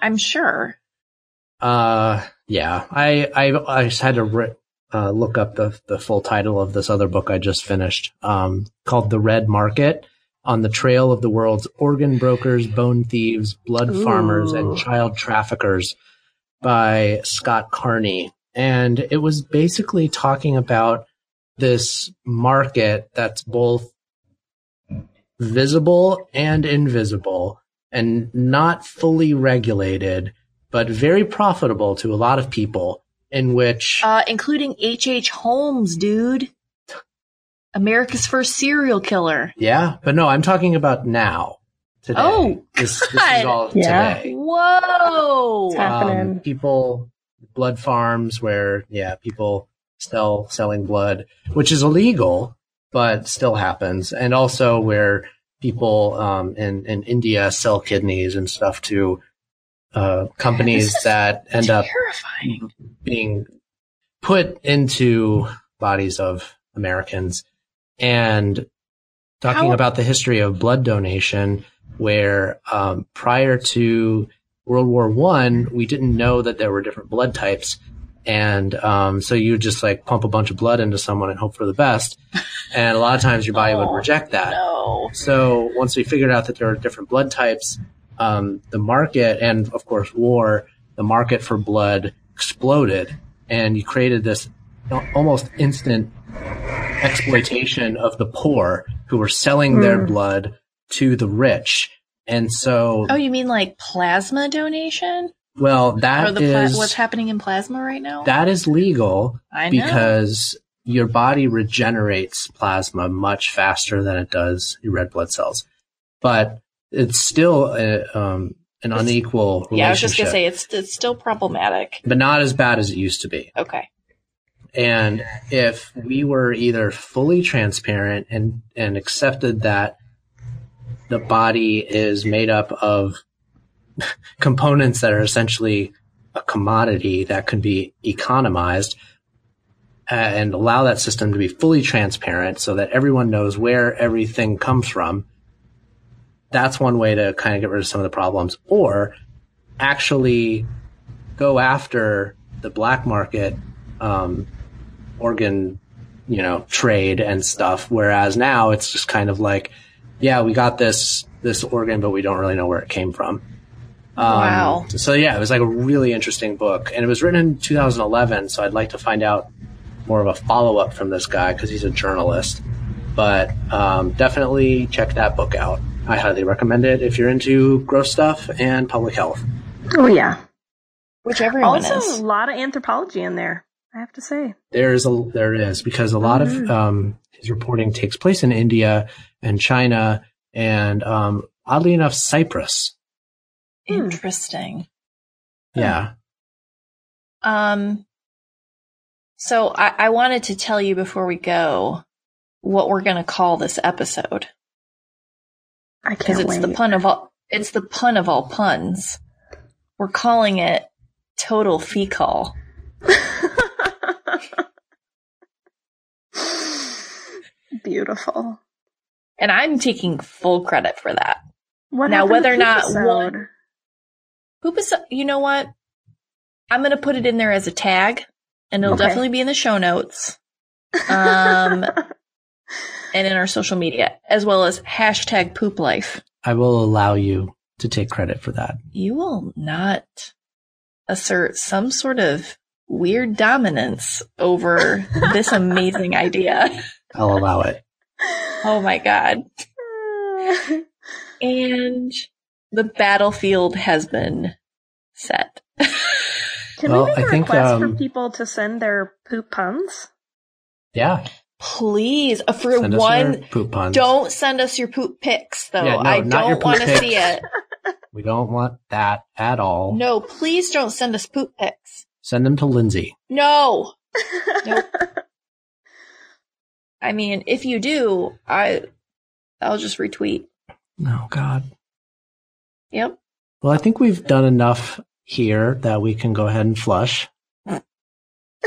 Speaker 4: I'm sure.
Speaker 3: Uh, yeah, I, I, I just had to ri uh, look up the, the full title of this other book I just finished, um, called The Red Market on the trail of the world's organ brokers, bone thieves, blood farmers, and
Speaker 4: Ooh.
Speaker 3: child traffickers by Scott Carney. And it was basically talking about this market that's both visible and invisible and not fully regulated, but very profitable to a lot of people in which
Speaker 4: Uh, including H.H. Holmes, dude. America's first serial killer.
Speaker 3: Yeah, but no, I'm talking about now. Today.
Speaker 4: Oh,
Speaker 3: this, this is
Speaker 4: God.
Speaker 3: all
Speaker 2: Yeah.
Speaker 3: today.
Speaker 4: Whoa.
Speaker 2: It's happening.
Speaker 3: Um, people, blood farms where yeah, people sell selling blood, which is illegal, but still happens, and also where people um, in in India sell kidneys and stuff to uh, companies that end up
Speaker 4: Terrifying.
Speaker 3: being put into bodies of Americans and talking
Speaker 4: How-
Speaker 3: about the history of blood donation where um, prior to World War One, we didn't know that there were different blood types. And um, so you just like pump a bunch of blood into someone and hope for the best. And a lot of times your body
Speaker 4: Oh,
Speaker 3: would reject that.
Speaker 4: No.
Speaker 3: So once we figured out that there are different blood types, um, the market and of course war, the market for blood exploded, and you created this al- almost instant exploitation of the poor who were selling
Speaker 4: Hmm.
Speaker 3: their blood to the rich. And so,
Speaker 4: Oh, you mean like plasma donation?
Speaker 3: well,
Speaker 4: Or
Speaker 3: that
Speaker 4: the pla-
Speaker 3: is
Speaker 4: what's happening in plasma right now?
Speaker 3: that is legal
Speaker 4: I know.
Speaker 3: because your body regenerates plasma much faster than it does your red blood cells. But it's still a, um, an unequal relationship,
Speaker 4: yeah, I was just gonna say it's it's still problematic.
Speaker 3: but not as bad as it used to be.
Speaker 4: Okay.
Speaker 3: And if we were either fully transparent and, and accepted that the body is made up of components that are essentially a commodity that can be economized uh, and allow that system to be fully transparent so that everyone knows where everything comes from. That's one way to kind of get rid of some of the problems or actually go after the black market um, organ, you know, trade and stuff. Whereas now it's just kind of like, yeah, we got this this organ, but we don't really know where it came from. Um,
Speaker 4: Wow.
Speaker 3: So yeah, it was like a really interesting book, and it was written in 2011. So I'd like to find out more of a follow up from this guy because he's a journalist. But um, definitely check that book out. I highly recommend it if you're into gross stuff and public health.
Speaker 2: Oh yeah.
Speaker 4: Which everyone
Speaker 2: also,
Speaker 4: is.
Speaker 2: a lot of anthropology in there. I have to say.
Speaker 3: There is a there it is because a lot
Speaker 4: Mm-hmm.
Speaker 3: of um, his reporting takes place in India and China and um, oddly enough Cyprus.
Speaker 4: Interesting. Hmm.
Speaker 3: Yeah,
Speaker 4: Um so I, I wanted to tell you before we go what we're gonna call this episode.
Speaker 2: I can't
Speaker 4: Because it's
Speaker 2: wait.
Speaker 4: the pun of all it's the pun of all puns. We're calling it total fecal.
Speaker 5: Beautiful.
Speaker 4: And I'm taking full credit for that.
Speaker 2: What
Speaker 4: Now,
Speaker 2: happened to
Speaker 4: whether or
Speaker 2: poop
Speaker 4: not
Speaker 2: episode?
Speaker 4: one- Poop is, you know what? I'm going to put it in there as a tag and it'll
Speaker 2: Okay.
Speaker 4: definitely be in the show notes. Um, and in our social media as well as hashtag poop life.
Speaker 3: I will allow you to take credit for that.
Speaker 4: You will not assert some sort of weird dominance over this amazing idea.
Speaker 3: I'll allow it.
Speaker 4: Oh my god. And the battlefield has been set.
Speaker 2: Can
Speaker 3: Well,
Speaker 2: we make
Speaker 3: I
Speaker 2: a
Speaker 3: think,
Speaker 2: request
Speaker 3: um,
Speaker 2: for people to send their poop puns?
Speaker 3: Yeah.
Speaker 4: Please, uh, for
Speaker 3: Send us
Speaker 4: one,
Speaker 3: your poop puns.
Speaker 4: don't send us your poop pics though.
Speaker 3: Yeah, no,
Speaker 4: I
Speaker 3: not your
Speaker 4: don't
Speaker 3: poop
Speaker 4: want to
Speaker 3: pics.
Speaker 4: see it.
Speaker 3: We don't want that at all.
Speaker 4: No, please don't send us poop pics.
Speaker 3: Send them to Lindsay.
Speaker 4: No. Nope. I mean, if you do, I I'll just retweet.
Speaker 3: Oh God.
Speaker 4: Yep.
Speaker 3: Well, I think we've done enough here that we can go ahead and flush.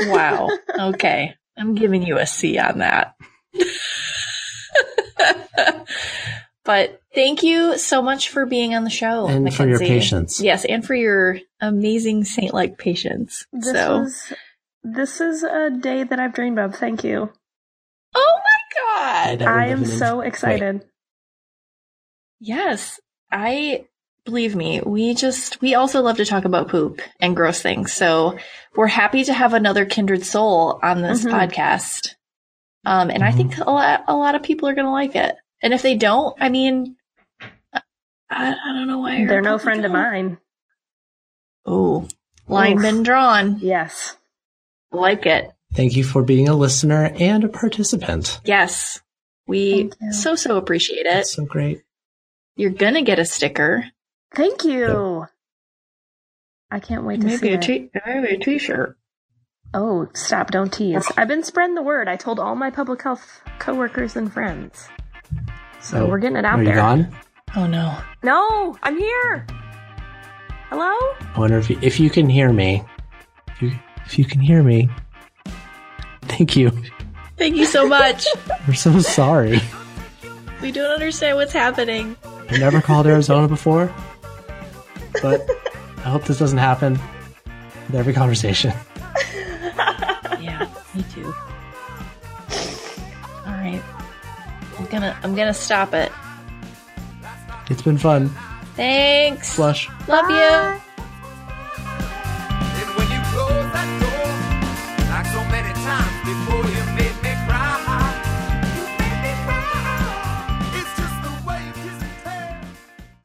Speaker 4: Wow. okay. I'm giving you a C on that. but thank you so much for being on the show
Speaker 3: and for your
Speaker 4: Mackenzie.
Speaker 3: patience.
Speaker 4: Yes, and for your amazing saint like patience.
Speaker 2: This
Speaker 4: so,
Speaker 2: is this is a day that I've dreamed of. Thank you.
Speaker 4: oh my god.
Speaker 3: That would
Speaker 2: I
Speaker 3: have
Speaker 2: am
Speaker 3: been
Speaker 2: so
Speaker 3: inf-
Speaker 2: excited.
Speaker 4: Yes, I believe me. We just we also love to talk about poop and gross things. So, we're happy to have another kindred soul on this
Speaker 2: Mhm.
Speaker 4: podcast. Um, and I
Speaker 3: Mhm.
Speaker 2: Mm-hmm.
Speaker 4: think a lot, a lot of people are going to like it. And if they don't, I mean, I, I don't know why.
Speaker 2: They're no friend of mine.
Speaker 4: Oh, line
Speaker 2: Oof.
Speaker 4: been drawn.
Speaker 2: Yes.
Speaker 4: Like it.
Speaker 3: Thank you for being a listener and a participant.
Speaker 4: Yes. We
Speaker 2: Thank you.
Speaker 4: so, so appreciate it.
Speaker 3: That's so great.
Speaker 4: You're going to get a sticker.
Speaker 2: Thank you. I can't wait to see
Speaker 4: Maybe a,
Speaker 2: it.
Speaker 4: t- maybe a t-shirt.
Speaker 2: Oh, stop! Don't tease. I've been spreading the word. I told all my public health coworkers and friends. So
Speaker 3: Oh,
Speaker 2: we're getting it out
Speaker 3: Are
Speaker 2: there.
Speaker 3: you gone?
Speaker 4: Oh no.
Speaker 2: No, I'm here. Hello?
Speaker 3: I wonder if you, if you can hear me. If you, if you can hear me. Thank you.
Speaker 4: Thank you so much.
Speaker 3: We're so sorry.
Speaker 4: we don't understand what's happening.
Speaker 3: I never called Arizona before, but I hope this doesn't happen with every conversation.
Speaker 4: Yeah, me too. All right. I'm going to I'm going to stop it.
Speaker 3: It's been fun.
Speaker 4: Thanks.
Speaker 3: Flush.
Speaker 4: Love you.